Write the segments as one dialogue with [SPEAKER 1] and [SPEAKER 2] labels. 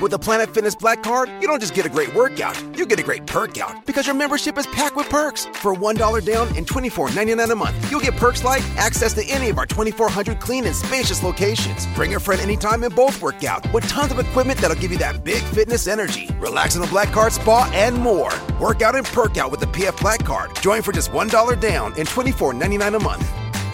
[SPEAKER 1] With a Planet Fitness Black Card, you don't just get a great workout, you get a great perk out because your membership is packed with perks. For $1 down and $24.99 a month, you'll get perks like access to any of our 2,400 clean and spacious locations. Bring a friend anytime and both work out with tons of equipment that'll give you that big fitness energy. Relax in a Black Card spa and more. Work out and perk out with the PF Black Card. Join for just $1 down and $24.99 a month.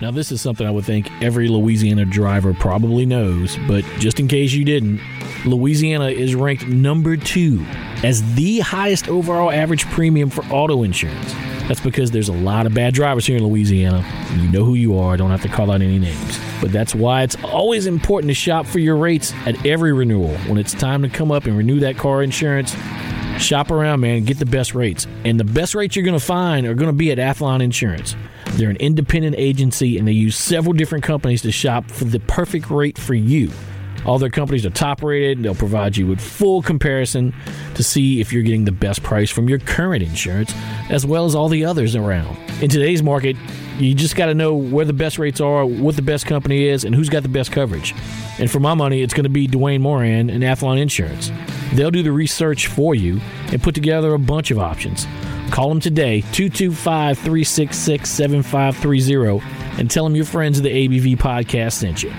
[SPEAKER 2] Now, this is something I would think every Louisiana driver probably knows, but just in case you didn't, Louisiana is ranked number two as the highest overall average premium for auto insurance. That's because there's a lot of bad drivers here in Louisiana. You know who you are, don't have to call out any names. But that's why it's always important to shop for your rates at every renewal. When it's time to come up and renew that car insurance, Shop around, man. Get the best rates. And the best rates you're going to find are going to be at Athlon Insurance. They're an independent agency and they use several different companies to shop for the perfect rate for you. All their companies are top rated. They'll provide you with full comparison to see if you're getting the best price from your current insurance as well as all the others around. In today's market, you just got to know where the best rates are, what the best company is, and who's got the best coverage. And for my money, it's going to be Dwayne Moran and Athlon Insurance. They'll do the research for you and put together a bunch of options. Call them today, 225 366 7530, and tell them your friends of the ABV podcast sent you.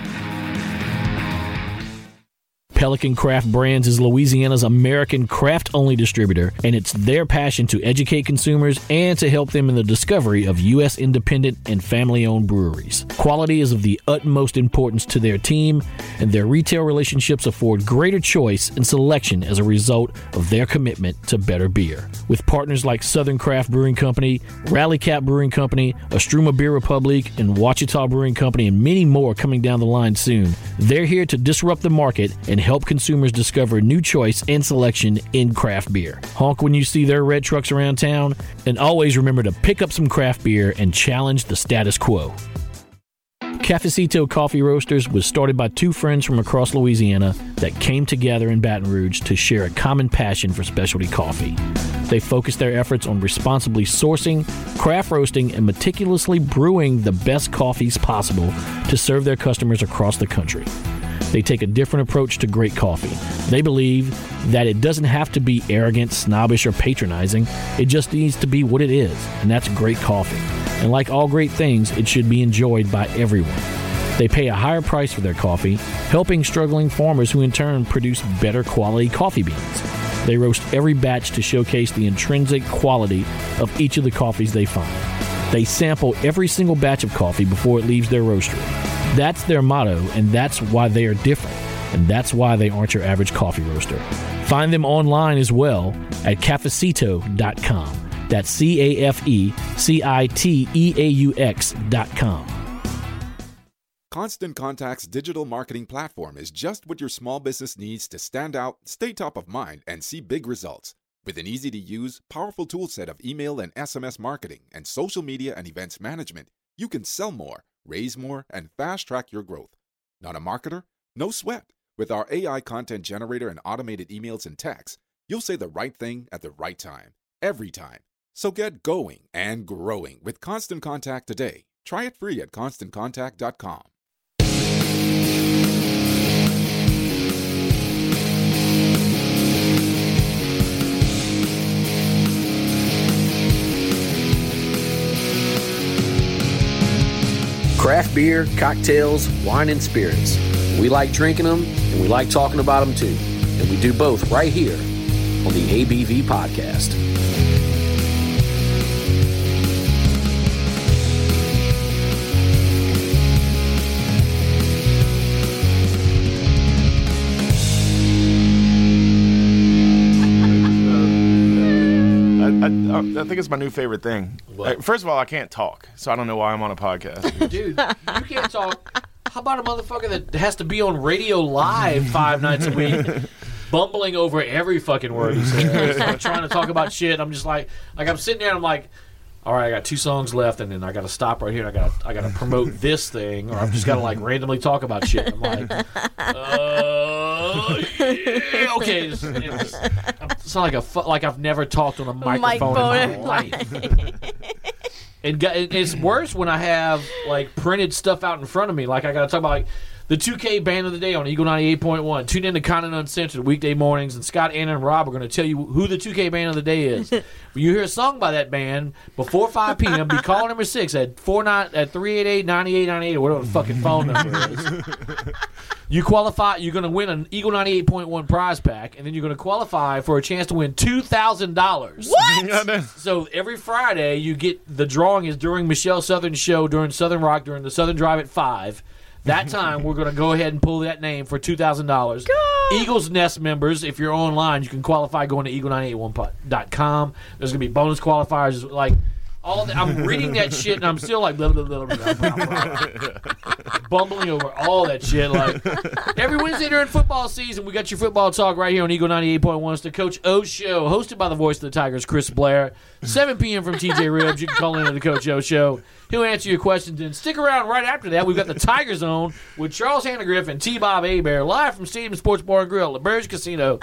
[SPEAKER 2] Pelican Craft Brands is Louisiana's American craft only distributor, and it's their passion to educate consumers and to help them in the discovery of U.S. independent and family owned breweries. Quality is of the utmost importance to their team, and their retail relationships afford greater choice and selection as a result of their commitment to better beer. With partners like Southern Craft Brewing Company, Rally Cap Brewing Company, Astruma Beer Republic, and Wachita Brewing Company, and many more coming down the line soon, they're here to disrupt the market and help consumers discover new choice and selection in craft beer. Honk when you see their red trucks around town, and always remember to pick up some craft beer and challenge the status quo. Cafecito Coffee Roasters was started by two friends from across Louisiana that came together in Baton Rouge to share a common passion for specialty coffee. They focus their efforts on responsibly sourcing, craft roasting, and meticulously brewing the best coffees possible to serve their customers across the country. They take a different approach to great coffee. They believe that it doesn't have to be arrogant, snobbish, or patronizing. It just needs to be what it is, and that's great coffee. And like all great things, it should be enjoyed by everyone. They pay a higher price for their coffee, helping struggling farmers who in turn produce better quality coffee beans. They roast every batch to showcase the intrinsic quality of each of the coffees they find. They sample every single batch of coffee before it leaves their roastery. That's their motto, and that's why they are different. And that's why they aren't your average coffee roaster. Find them online as well at cafecito.com. That's C A F E C I T E A U X.com.
[SPEAKER 3] Constant Contact's digital marketing platform is just what your small business needs to stand out, stay top of mind, and see big results. With an easy to use, powerful toolset of email and SMS marketing and social media and events management, you can sell more raise more, and fast track your growth. Not a marketer? No sweat. With our AI content generator and automated emails and texts, you'll say the right thing at the right time, every time. So get going and growing with Constant Contact today. Try it free at constantcontact.com.
[SPEAKER 4] craft beer, cocktails, wine, and spirits. We like drinking them and we like talking about them too. And we do both right here on the ABV Podcast.
[SPEAKER 5] I,
[SPEAKER 2] Mm.
[SPEAKER 5] I think it's my new favorite thing. Uh, First of all, I can't talk, so I don't know why I'm on a podcast.
[SPEAKER 2] Dude, you can't talk. How about a motherfucker that has to be on radio live five nights a week, bumbling over every fucking word he says, trying to talk about shit? I'm just like, like I'm sitting there, and I'm like. all right, I got two songs left, and then I got to stop right here. And I got I got to promote this thing, or I'm just got to like randomly talk about shit. I'm like, uh, yeah, okay, it's, it's, it's not like a fu- like I've never talked on a microphone in
[SPEAKER 6] Microphone.
[SPEAKER 2] my life. And got, and it's worse when I have like printed stuff out in front of me. Like I got to talk about like the 2K band of the day on Eagle 98.1. Tune in to Conan Uncensored weekday mornings, and Scott, Anna, and Rob are going to tell you who the 2K band of the day is. when you hear a song by that band before 5 p.m., be call number six at four nine at 388-9898 or whatever the fucking phone number is. You qualify. You're going to win an Eagle 98.1 prize pack, and then you're going to qualify for a chance to win two thousand dollars. So every Friday, you get the drawing is during Michelle Southern's show during Southern Rock during the Southern Drive at five. That time, we're going to go ahead and pull that name for two thousand dollars. Eagles Nest members, if you're online, you can qualify going to eagle981.com. There's going to be bonus qualifiers like. All the, I'm reading that shit and I'm still like blah, blah, blah, blah, blah, blah, blah. bumbling over all that shit. Like every Wednesday during football season, we got your football talk right here on Eagle ninety eight point one. It's the Coach O Show, hosted by the voice of the Tigers, Chris Blair. Seven p.m. from TJ Ribs. You can call in to the Coach O Show. He'll answer your questions. And stick around right after that. We've got the Tiger Zone with Charles Handegriff and T. Bob Abear live from Stadium Sports Bar and Grill, LaBerge Casino.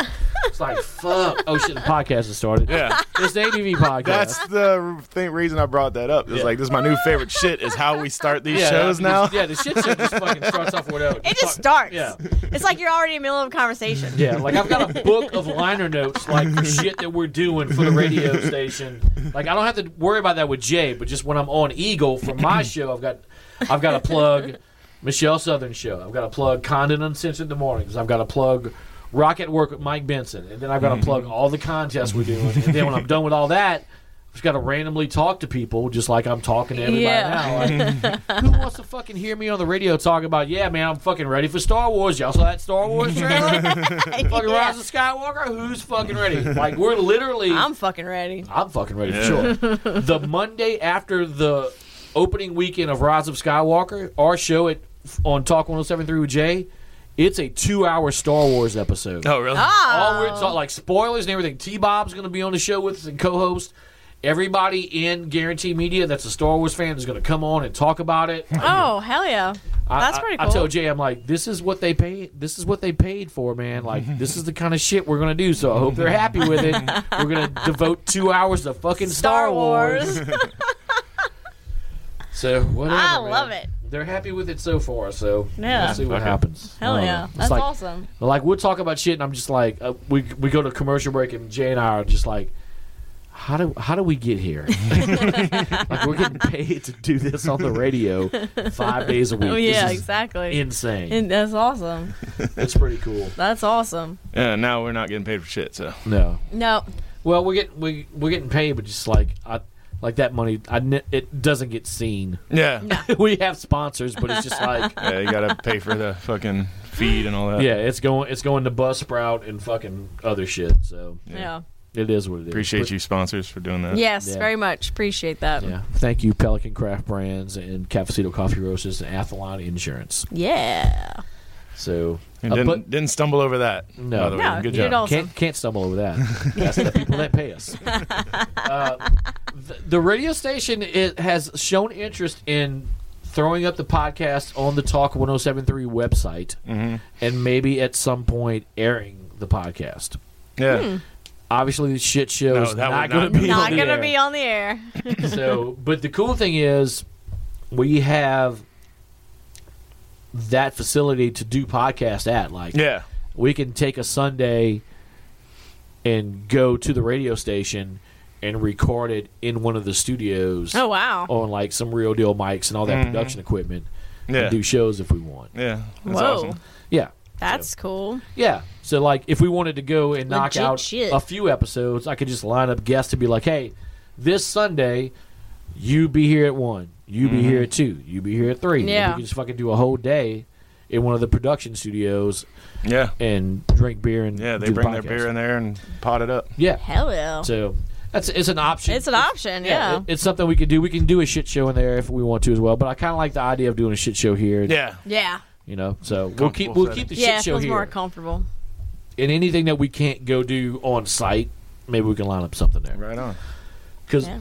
[SPEAKER 2] It's like fuck. Oh shit, the podcast has started.
[SPEAKER 5] Yeah.
[SPEAKER 2] It's the ABV podcast.
[SPEAKER 5] That's the thing, reason I brought that up. It's like this is my new favorite shit. Is how we start these shows
[SPEAKER 2] because-
[SPEAKER 5] now.
[SPEAKER 2] Yeah, the shit show just fucking starts off whatever.
[SPEAKER 6] It just starts.
[SPEAKER 2] Yeah.
[SPEAKER 6] It's like you're already in the middle of a conversation.
[SPEAKER 2] Yeah, like I've got a book of liner notes, like for shit that we're doing for the radio station. Like I don't have to worry about that with Jay, but just when I'm on Eagle for my show, I've got, I've got to plug Michelle Southern show. I've got to plug Condon Uncensored in the mornings. I've got to plug Rocket Work with Mike Benson, and then I've got to plug all the contests we're doing. And then when I'm done with all that. I've Just got to randomly talk to people, just like I'm talking to everybody
[SPEAKER 6] Yeah.
[SPEAKER 2] now. Like, who wants to fucking hear me on the radio talk about, yeah, man, I'm fucking ready for Star Wars. Y'all saw that Star Wars trailer? fucking
[SPEAKER 6] Yeah.
[SPEAKER 2] Rise of Skywalker? Who's fucking ready? Like, we're literally.
[SPEAKER 6] I'm fucking ready.
[SPEAKER 2] I'm fucking ready for sure. the Monday after the opening weekend of Rise of Skywalker, our show at on Talk 1073 with Jay, it's a two hour Star Wars episode.
[SPEAKER 5] Oh really?
[SPEAKER 2] All
[SPEAKER 6] Ah.
[SPEAKER 2] we're talking like spoilers and everything. T Bob's going to be on the show with us and co host. Everybody in Guarantee Media that's a Star Wars fan is going to come on and talk about it.
[SPEAKER 6] Oh, hell yeah. That's
[SPEAKER 2] I,
[SPEAKER 6] pretty
[SPEAKER 2] I-
[SPEAKER 6] cool.
[SPEAKER 2] I told Jay, I'm like, this is what they paid. This is what they paid for, man. Like, this is the kind of shit we're gonna do. So I hope they're happy with it. we're gonna devote two hours to fucking Star,
[SPEAKER 6] Star Wars.
[SPEAKER 2] so whatever.
[SPEAKER 6] I
[SPEAKER 2] man.
[SPEAKER 6] love it.
[SPEAKER 2] They're happy with it so far. So
[SPEAKER 6] Yeah.
[SPEAKER 2] we'll see what
[SPEAKER 5] Fuck it.
[SPEAKER 2] happens. I
[SPEAKER 6] Hell
[SPEAKER 2] don't know.
[SPEAKER 6] yeah.
[SPEAKER 2] Um, It's
[SPEAKER 6] That's
[SPEAKER 2] like,
[SPEAKER 6] awesome.
[SPEAKER 2] Like we'll talk about shit, and I'm just like, uh, we we go to commercial break, and Jay and I are just like. How do how do we get here? like we're getting paid to do this on the radio five days a week.
[SPEAKER 6] Oh, yeah,
[SPEAKER 2] This is
[SPEAKER 6] exactly.
[SPEAKER 2] Insane.
[SPEAKER 6] And that's awesome.
[SPEAKER 2] it's pretty cool.
[SPEAKER 6] That's awesome.
[SPEAKER 5] Yeah. Now we're not getting paid for shit. So
[SPEAKER 2] No,
[SPEAKER 6] No.
[SPEAKER 2] Well, we're getting we we're getting paid, but just like I like that money, I ne- it doesn't get seen.
[SPEAKER 5] yeah.
[SPEAKER 2] we have sponsors, but it's just like
[SPEAKER 5] Yeah. You gotta pay for the fucking feed and all that.
[SPEAKER 2] yeah, it's going it's going to bus sprout and fucking other shit. So
[SPEAKER 6] Yeah.
[SPEAKER 2] it is what it is.
[SPEAKER 5] Appreciate you sponsors for doing that.
[SPEAKER 6] Yes,
[SPEAKER 2] Yeah.
[SPEAKER 6] very much. Appreciate that.
[SPEAKER 2] Yeah, thank you, Pelican Craft Brands and Cafecito Coffee Roasters and Athlon Insurance.
[SPEAKER 6] Yeah.
[SPEAKER 2] So
[SPEAKER 5] And
[SPEAKER 2] uh,
[SPEAKER 5] didn't
[SPEAKER 2] but
[SPEAKER 5] didn't stumble over that.
[SPEAKER 2] No.
[SPEAKER 5] By the way.
[SPEAKER 6] No,
[SPEAKER 5] Good
[SPEAKER 6] you
[SPEAKER 5] job.
[SPEAKER 6] did awesome.
[SPEAKER 2] can't can't stumble over that. That's the people that pay us. Uh, the, the radio station it has shown interest in throwing up the podcast on the Talk 1073 website
[SPEAKER 5] Mm-hmm.
[SPEAKER 2] and maybe at some point airing the podcast.
[SPEAKER 5] Yeah.
[SPEAKER 6] Hmm.
[SPEAKER 2] Obviously, the shit show
[SPEAKER 5] No,
[SPEAKER 2] is
[SPEAKER 5] that
[SPEAKER 2] not
[SPEAKER 5] would
[SPEAKER 2] going to
[SPEAKER 5] not be
[SPEAKER 2] be
[SPEAKER 6] Not
[SPEAKER 2] on the
[SPEAKER 6] gonna
[SPEAKER 2] air.
[SPEAKER 6] be on the air.
[SPEAKER 2] so, but the cool thing is we have that facility to do podcast at like
[SPEAKER 5] Yeah.
[SPEAKER 2] we can take a Sunday and go to the radio station and record it in one of the studios
[SPEAKER 6] Oh wow. Mm-hmm.
[SPEAKER 2] on like some real deal mics and all that production equipment
[SPEAKER 5] Yeah.
[SPEAKER 2] and do shows if we want.
[SPEAKER 5] Yeah. That's
[SPEAKER 6] Whoa.
[SPEAKER 5] awesome.
[SPEAKER 2] Yeah.
[SPEAKER 6] That's cool.
[SPEAKER 2] Yeah. So like if we wanted to go and knock
[SPEAKER 6] Legit
[SPEAKER 2] out
[SPEAKER 6] shit.
[SPEAKER 2] a few episodes, I could just line up guests to be like, "Hey, this Sunday, you be here at 1, you be here at 2, you be here at 3." And
[SPEAKER 6] Mm-hmm. Yeah.
[SPEAKER 2] we could just fucking do a whole day in one of the production studios
[SPEAKER 5] Yeah.
[SPEAKER 2] and drink beer and
[SPEAKER 5] Yeah. They
[SPEAKER 2] do the
[SPEAKER 5] bring their
[SPEAKER 2] podcast.
[SPEAKER 5] beer in there and pot it up.
[SPEAKER 2] Yeah.
[SPEAKER 6] Hell yeah.
[SPEAKER 2] So that's it's an option.
[SPEAKER 6] It's an option, yeah.
[SPEAKER 2] it- it's something we could do. We can do a shit show in there if we want to as well. But I kind of like the idea of doing a shit show here.
[SPEAKER 5] Yeah.
[SPEAKER 6] Yeah.
[SPEAKER 2] you know. So we'll keep
[SPEAKER 5] Comfortable
[SPEAKER 2] we'll keep the
[SPEAKER 6] Yeah, it
[SPEAKER 2] shit show
[SPEAKER 6] feels
[SPEAKER 2] here.
[SPEAKER 6] more comfortable.
[SPEAKER 2] and anything that we can't go do on site, maybe we can line up something there.
[SPEAKER 5] Right on.
[SPEAKER 2] Because
[SPEAKER 6] Yeah.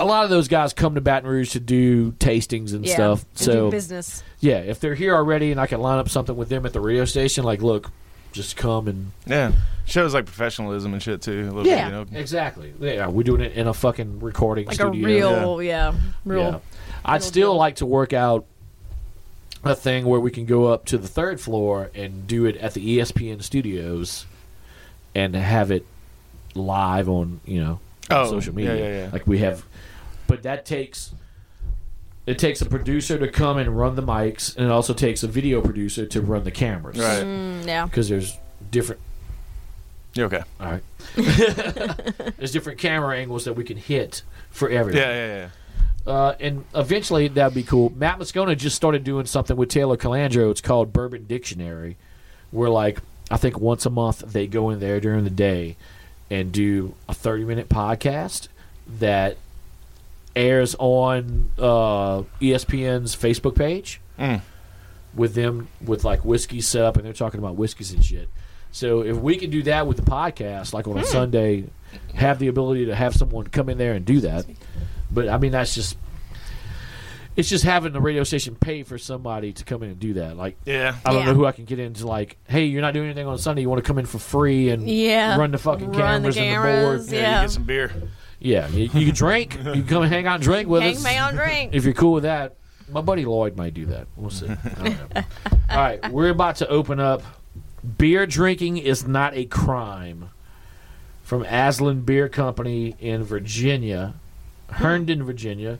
[SPEAKER 2] a lot of those guys come to Baton Rouge to do tastings and
[SPEAKER 6] Yeah.
[SPEAKER 2] stuff.
[SPEAKER 6] And do
[SPEAKER 2] So
[SPEAKER 6] business.
[SPEAKER 2] yeah, if they're here already and I can line up something with them at the radio station, like look, just come and
[SPEAKER 5] Yeah. Shows like professionalism and shit too. A little
[SPEAKER 6] Yeah.
[SPEAKER 5] Bit, you know?
[SPEAKER 2] exactly. Yeah, we're doing it in a fucking recording
[SPEAKER 6] Like
[SPEAKER 2] studio.
[SPEAKER 6] a real, yeah, real.
[SPEAKER 2] Yeah. I'd still
[SPEAKER 6] deal.
[SPEAKER 2] like to work out a thing where we can go up to the third floor and do it at the E ESPN studios and have it live on, you know, on
[SPEAKER 5] Oh,
[SPEAKER 2] social
[SPEAKER 5] yeah,
[SPEAKER 2] media.
[SPEAKER 5] yeah, yeah.
[SPEAKER 2] Like we have but that takes it takes a producer to come and run the mics and it also takes a video producer to run the cameras.
[SPEAKER 5] Right.
[SPEAKER 6] Mm, yeah.
[SPEAKER 2] Cuz there's different
[SPEAKER 6] Mm-hmm.
[SPEAKER 5] You're okay.
[SPEAKER 2] all right. there's different camera angles that we can hit for everything.
[SPEAKER 5] Yeah, yeah, yeah.
[SPEAKER 2] Uh, and eventually that'd be cool. Matt Moscona just started doing something with Taylor Calandro. It's called Bourbon Dictionary, where like I think once a month they go in there during the day and do a thirty minute podcast that airs on uh, ESPN's Facebook page with them with like whiskey set up and they're talking about whiskeys and shit. So if we can do that with the podcast, like on a Sunday, have the ability to have someone come in there and do that. But I mean that's just it's just having the radio station pay for somebody to come in and do that. Like
[SPEAKER 5] Yeah.
[SPEAKER 2] I don't
[SPEAKER 6] Yeah.
[SPEAKER 2] know who I can get into like, hey, you're not doing anything on Sunday, you want to come in for free and
[SPEAKER 6] Yeah.
[SPEAKER 2] run the fucking
[SPEAKER 6] Run the
[SPEAKER 2] cameras, and the board.
[SPEAKER 6] cameras,
[SPEAKER 5] Yeah,
[SPEAKER 6] Yeah.
[SPEAKER 5] you get some beer.
[SPEAKER 2] Yeah, you, you can drink. You can come and hang out and drink with us.
[SPEAKER 6] Hang me on drink.
[SPEAKER 2] If you're cool with that, my buddy Lloyd might do that. We'll see. I don't know. All right, we're about to open up. Beer drinking is not a crime. From Aslan Beer Company in Virginia, Herndon, Virginia.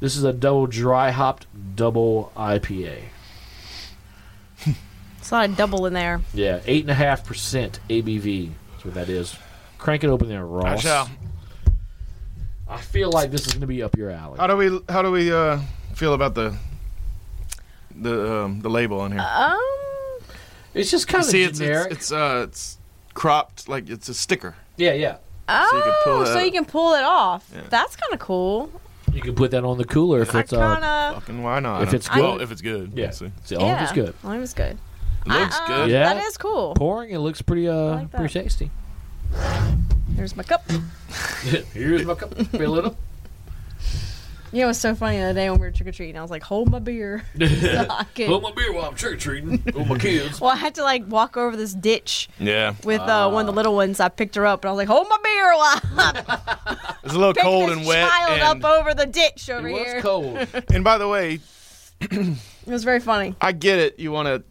[SPEAKER 2] This is a double dry hopped double IPA.
[SPEAKER 6] It's a lot of double in there.
[SPEAKER 2] Yeah, eight and a half percent ABV. That's what that is. Crank it open there,
[SPEAKER 5] I
[SPEAKER 2] Ross.
[SPEAKER 5] shall.
[SPEAKER 2] I feel like this is going to be up your alley.
[SPEAKER 5] How do we how do we uh, feel about the the um, the label on here?
[SPEAKER 6] Um,
[SPEAKER 2] It's just kind of
[SPEAKER 5] See, it's,
[SPEAKER 2] generic.
[SPEAKER 5] it's it's uh it's cropped like it's a sticker.
[SPEAKER 2] yeah, yeah.
[SPEAKER 6] oh, so you can pull,
[SPEAKER 5] it out.
[SPEAKER 6] it off. That's kind of cool.
[SPEAKER 2] You can put that on the cooler if
[SPEAKER 6] I
[SPEAKER 2] it's uh,
[SPEAKER 6] kind of.
[SPEAKER 5] Fucking why not?
[SPEAKER 2] If it's
[SPEAKER 5] I don't-
[SPEAKER 2] good.
[SPEAKER 5] well, if it's good,
[SPEAKER 2] Yeah.
[SPEAKER 5] obviously.
[SPEAKER 2] See, all
[SPEAKER 6] Yeah.
[SPEAKER 2] of it's good.
[SPEAKER 6] Well, it was good.
[SPEAKER 5] It looks
[SPEAKER 6] uh,
[SPEAKER 5] good.
[SPEAKER 2] Yeah.
[SPEAKER 6] That is cool.
[SPEAKER 2] Pouring, it looks pretty uh
[SPEAKER 6] like that.
[SPEAKER 2] pretty tasty.
[SPEAKER 6] There's my cup.
[SPEAKER 2] Here's my cup. Fill it up.
[SPEAKER 6] You know, it was so funny the other day when we were trick or treating. I was like, hold my beer. So I could-
[SPEAKER 2] Hold my beer while I'm trick or treating with my kids.
[SPEAKER 6] well, I had to like walk over this ditch
[SPEAKER 5] Yeah,
[SPEAKER 6] with uh, one of the little ones. I picked her up and I was like, hold my beer while I
[SPEAKER 5] it's a little
[SPEAKER 6] pick
[SPEAKER 5] cold
[SPEAKER 6] this
[SPEAKER 5] and wet.
[SPEAKER 6] child
[SPEAKER 5] And,
[SPEAKER 6] up over the ditch
[SPEAKER 2] It
[SPEAKER 6] over here.
[SPEAKER 2] was cold.
[SPEAKER 5] and by the way,
[SPEAKER 6] It was very funny.
[SPEAKER 5] I get it. You want to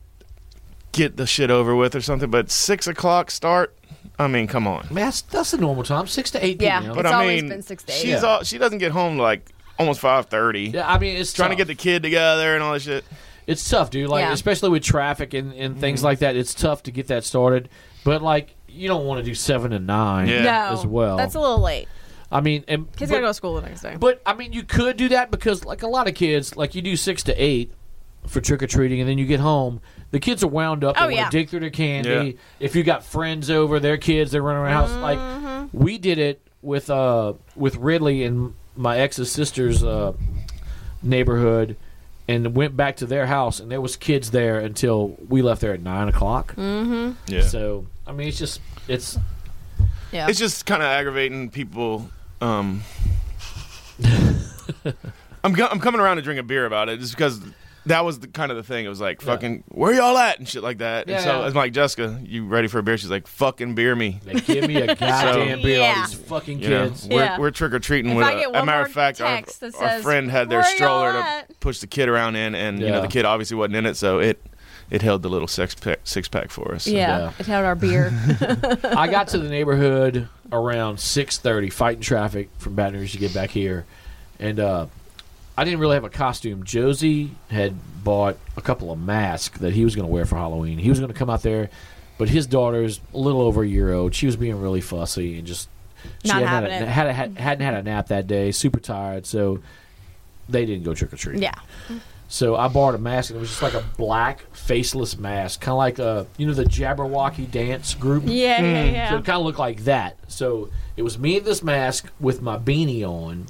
[SPEAKER 5] get the shit over with or something, but six o'clock start. I mean, come on.
[SPEAKER 2] Man, that's, that's the normal time, six to eight
[SPEAKER 6] Yeah.
[SPEAKER 2] p.m.
[SPEAKER 5] But
[SPEAKER 6] It's
[SPEAKER 5] I
[SPEAKER 6] always
[SPEAKER 5] mean,
[SPEAKER 6] been six to eight.
[SPEAKER 5] she's
[SPEAKER 2] Yeah.
[SPEAKER 5] all, she doesn't get home like almost five thirty.
[SPEAKER 2] yeah, I mean it's
[SPEAKER 5] Trying to
[SPEAKER 2] tough.
[SPEAKER 5] get the kid together and all that shit.
[SPEAKER 2] it's tough, dude. Like
[SPEAKER 6] Yeah.
[SPEAKER 2] especially with traffic and, and
[SPEAKER 5] Mm-hmm.
[SPEAKER 2] things like that, it's tough to get that started. But like you don't want to do seven and nine
[SPEAKER 5] Yeah.
[SPEAKER 6] No,
[SPEAKER 2] as well.
[SPEAKER 6] That's a little late.
[SPEAKER 2] I mean, and
[SPEAKER 6] Kids
[SPEAKER 2] but-
[SPEAKER 6] gotta go to school the next day.
[SPEAKER 2] But I mean, you could do that because, like a lot of kids, like you do six to eight for trick or treating, and then you get home. The kids are wound up. They
[SPEAKER 6] Oh,
[SPEAKER 2] want
[SPEAKER 6] yeah.
[SPEAKER 2] to dig through their candy.
[SPEAKER 5] Yeah.
[SPEAKER 2] If you got friends over, their kids, they run around the house.
[SPEAKER 6] Mm-hmm.
[SPEAKER 2] Like we did it with uh with Ridley and my ex's sister's uh, neighborhood, and went back to their house, and there was kids there until we left there at nine o'clock.
[SPEAKER 6] Mm-hmm.
[SPEAKER 5] Yeah,
[SPEAKER 2] So I mean, it's just it's
[SPEAKER 6] yeah.
[SPEAKER 5] it's just kind of aggravating people. Um, I'm go- I'm coming around to drink a beer about it just because that was the kind of the thing. It was like fucking where y'all at and shit like that.
[SPEAKER 2] Yeah,
[SPEAKER 5] and so
[SPEAKER 2] yeah.
[SPEAKER 5] it's like Jessica, you ready for a beer? She's like fucking beer me.
[SPEAKER 2] like, give me a goddamn beer,
[SPEAKER 6] Yeah.
[SPEAKER 2] all these fucking
[SPEAKER 5] You know,
[SPEAKER 2] kids.
[SPEAKER 5] we're,
[SPEAKER 6] Yeah.
[SPEAKER 5] we're trick or treating
[SPEAKER 6] If
[SPEAKER 5] with.
[SPEAKER 6] I
[SPEAKER 5] a-
[SPEAKER 6] get
[SPEAKER 5] a
[SPEAKER 6] one
[SPEAKER 5] matter
[SPEAKER 6] more
[SPEAKER 5] of fact, our,
[SPEAKER 6] text that
[SPEAKER 5] our
[SPEAKER 6] says,
[SPEAKER 5] friend had their
[SPEAKER 6] "Where y'all
[SPEAKER 5] stroller to
[SPEAKER 6] at?"
[SPEAKER 5] push the kid around in, and you know
[SPEAKER 2] Yeah.
[SPEAKER 5] the kid obviously wasn't in it, so it it held the little six pack six pack for us.
[SPEAKER 6] yeah,
[SPEAKER 2] Yeah.
[SPEAKER 6] it held our beer.
[SPEAKER 2] I got to the neighborhood around six thirty, fighting traffic from Baton Rouge to get back here, and uh, I didn't really have a costume. Josie had bought a couple of masks that he was going to wear for Halloween. He was going to come out there, but his daughter's a little over a year old. She was being really fussy and just she
[SPEAKER 6] Not
[SPEAKER 2] hadn't
[SPEAKER 6] having
[SPEAKER 2] had,
[SPEAKER 6] it.
[SPEAKER 2] a, had, a, had hadn't had a nap that day. Super tired, so they didn't go trick or treating.
[SPEAKER 6] yeah.
[SPEAKER 2] So I borrowed a mask, and it was just like a black faceless mask, kind of like a you know the Jabberwocky dance group.
[SPEAKER 6] Yeah, yeah, yeah.
[SPEAKER 2] So it kind of looked like that. So it was me in this mask with my beanie on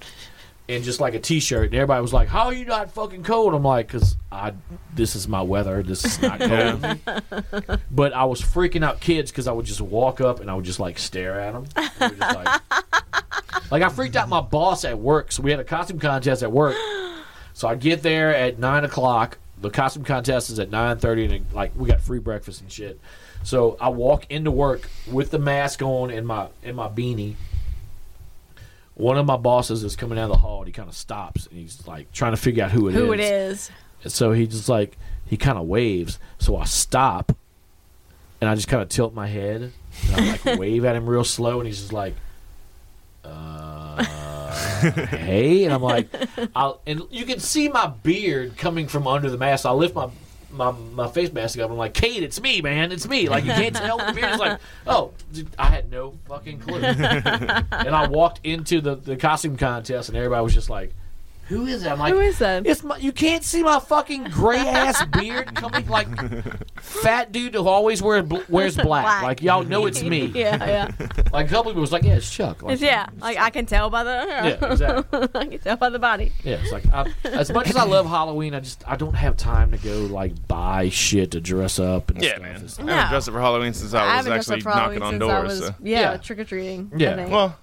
[SPEAKER 2] and just like a t-shirt. And everybody was like, "How are you not fucking cold?" I'm like, "Cause I this is my weather. This is not cold." but I was freaking out kids because I would just walk up and I would just like stare at them. They were just like, Like I freaked out my boss at work, so we had a costume contest at work. So I get there at nine o'clock. The costume contest is at nine thirty, and it- like we got free breakfast and shit. So I walk into work with the mask on and my and my beanie. One of my bosses is coming out of the hall, and he kind of stops, and he's like trying to figure out who it is.
[SPEAKER 6] Who it is?
[SPEAKER 2] And so he just like he kind of waves. So I stop, and I just kind of tilt my head, and I like wave at him real slow, and he's just like, uh, "Hey," and I'm like, "I'll." And you can see my beard coming from under the mask. I lift my. My, my face mask up. I'm like, Kate, it's me, man, it's me. Like you can't tell. The beard is like, oh, I had no fucking clue. and I walked into the, the costume contest, and everybody was just like, who is that? I'm like,
[SPEAKER 6] Who is that?
[SPEAKER 2] it's my, you can't see my fucking gray ass beard coming like fat dude who always wears bl- wears black.
[SPEAKER 6] Black.
[SPEAKER 2] Like y'all know it's me.
[SPEAKER 6] yeah, yeah.
[SPEAKER 2] Like a couple people was like, yeah, it's Chuck. Like,
[SPEAKER 6] It's, yeah, like I can tell by the
[SPEAKER 2] yeah, exactly.
[SPEAKER 6] I can tell by the body.
[SPEAKER 2] Yeah, it's like I, as much as I love Halloween, I just I don't have time to go like buy shit to dress up and
[SPEAKER 5] Yeah,
[SPEAKER 2] stuff.
[SPEAKER 5] man.
[SPEAKER 2] It's
[SPEAKER 5] I
[SPEAKER 2] like-
[SPEAKER 5] haven't
[SPEAKER 6] No.
[SPEAKER 5] dressed up for Halloween since I,
[SPEAKER 6] I
[SPEAKER 5] was
[SPEAKER 6] haven't dressed
[SPEAKER 5] actually
[SPEAKER 6] up for Halloween
[SPEAKER 5] knocking on
[SPEAKER 6] since
[SPEAKER 5] doors.
[SPEAKER 6] I
[SPEAKER 5] so-
[SPEAKER 6] was yeah,
[SPEAKER 2] Yeah.
[SPEAKER 6] trick or treating.
[SPEAKER 2] Yeah.
[SPEAKER 5] Well,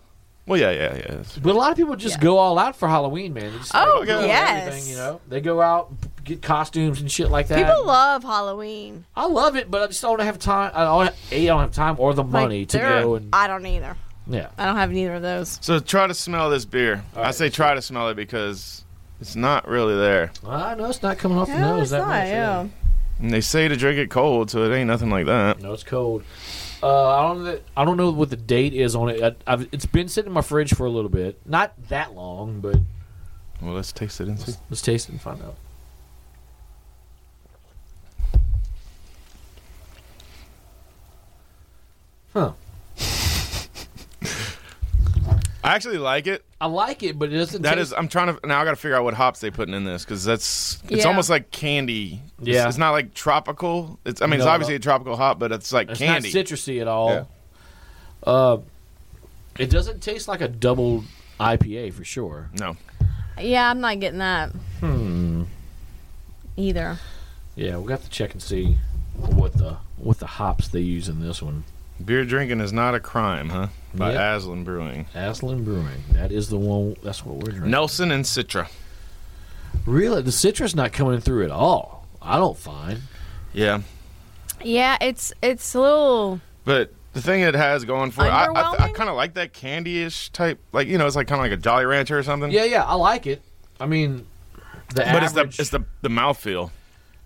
[SPEAKER 5] well, yeah, yeah, yeah. It's-
[SPEAKER 2] But a lot of people just
[SPEAKER 6] Yeah.
[SPEAKER 2] go all out for Halloween, man. They just, like,
[SPEAKER 6] Oh,
[SPEAKER 2] go with
[SPEAKER 6] yes.
[SPEAKER 2] everything, you know, they go out get costumes and shit like that.
[SPEAKER 6] people love Halloween.
[SPEAKER 2] I love it, but I just don't have time. I don't, a, I don't have time or the
[SPEAKER 6] Like,
[SPEAKER 2] money to
[SPEAKER 6] they're-
[SPEAKER 2] go and
[SPEAKER 6] I don't either.
[SPEAKER 2] yeah.
[SPEAKER 6] I don't have neither of those.
[SPEAKER 5] So try to smell this beer. I say try to smell it because it's not really there.
[SPEAKER 2] I know it's not coming off the nose that much. yeah.
[SPEAKER 5] And they say to drink it cold, so it ain't nothing like that.
[SPEAKER 2] No, it's cold. Uh, I don't. Know, I don't know what the date is on it. I, I've, it's been sitting in my fridge for a little bit, not that long, but
[SPEAKER 5] Well, let's taste it and see.
[SPEAKER 2] let's taste it and find out. Huh.
[SPEAKER 5] I actually like it.
[SPEAKER 2] I like it, but it doesn't.
[SPEAKER 5] That
[SPEAKER 2] taste,
[SPEAKER 5] is, I'm trying to now. I got to figure out what hops they putting in this because that's it's
[SPEAKER 6] Yeah.
[SPEAKER 5] almost like candy. It's-
[SPEAKER 2] Yeah.
[SPEAKER 5] it's, not like tropical. It's I mean, it's
[SPEAKER 2] No,
[SPEAKER 5] obviously
[SPEAKER 2] no.
[SPEAKER 5] a tropical hop, but it's like
[SPEAKER 2] It's
[SPEAKER 5] candy.
[SPEAKER 2] not citrusy at all.
[SPEAKER 5] Yeah.
[SPEAKER 2] Uh, it doesn't taste like a double IPA for sure.
[SPEAKER 5] no,
[SPEAKER 6] Yeah, I'm not getting that. Hmm. Either.
[SPEAKER 2] Yeah, we'll have to check and see what the what the hops they use in this one.
[SPEAKER 5] beer drinking is not a crime, huh? By
[SPEAKER 2] Yep.
[SPEAKER 5] Aslan Brewing,
[SPEAKER 2] Aslan Brewing. That is the one. That's what we're drinking.
[SPEAKER 5] Nelson and Citra.
[SPEAKER 2] Really, the citrus not coming through at all. I don't find.
[SPEAKER 5] Yeah,
[SPEAKER 6] Yeah, it's it's a little.
[SPEAKER 5] But the thing it has going for it, I, I, I
[SPEAKER 6] Underwhelming?
[SPEAKER 5] kind of like that candy-ish type, like you know, it's like kind of like a Jolly Rancher or something.
[SPEAKER 2] Yeah, yeah, I like it. I mean, the
[SPEAKER 5] But it's the
[SPEAKER 2] average,
[SPEAKER 5] it's the the mouthfeel.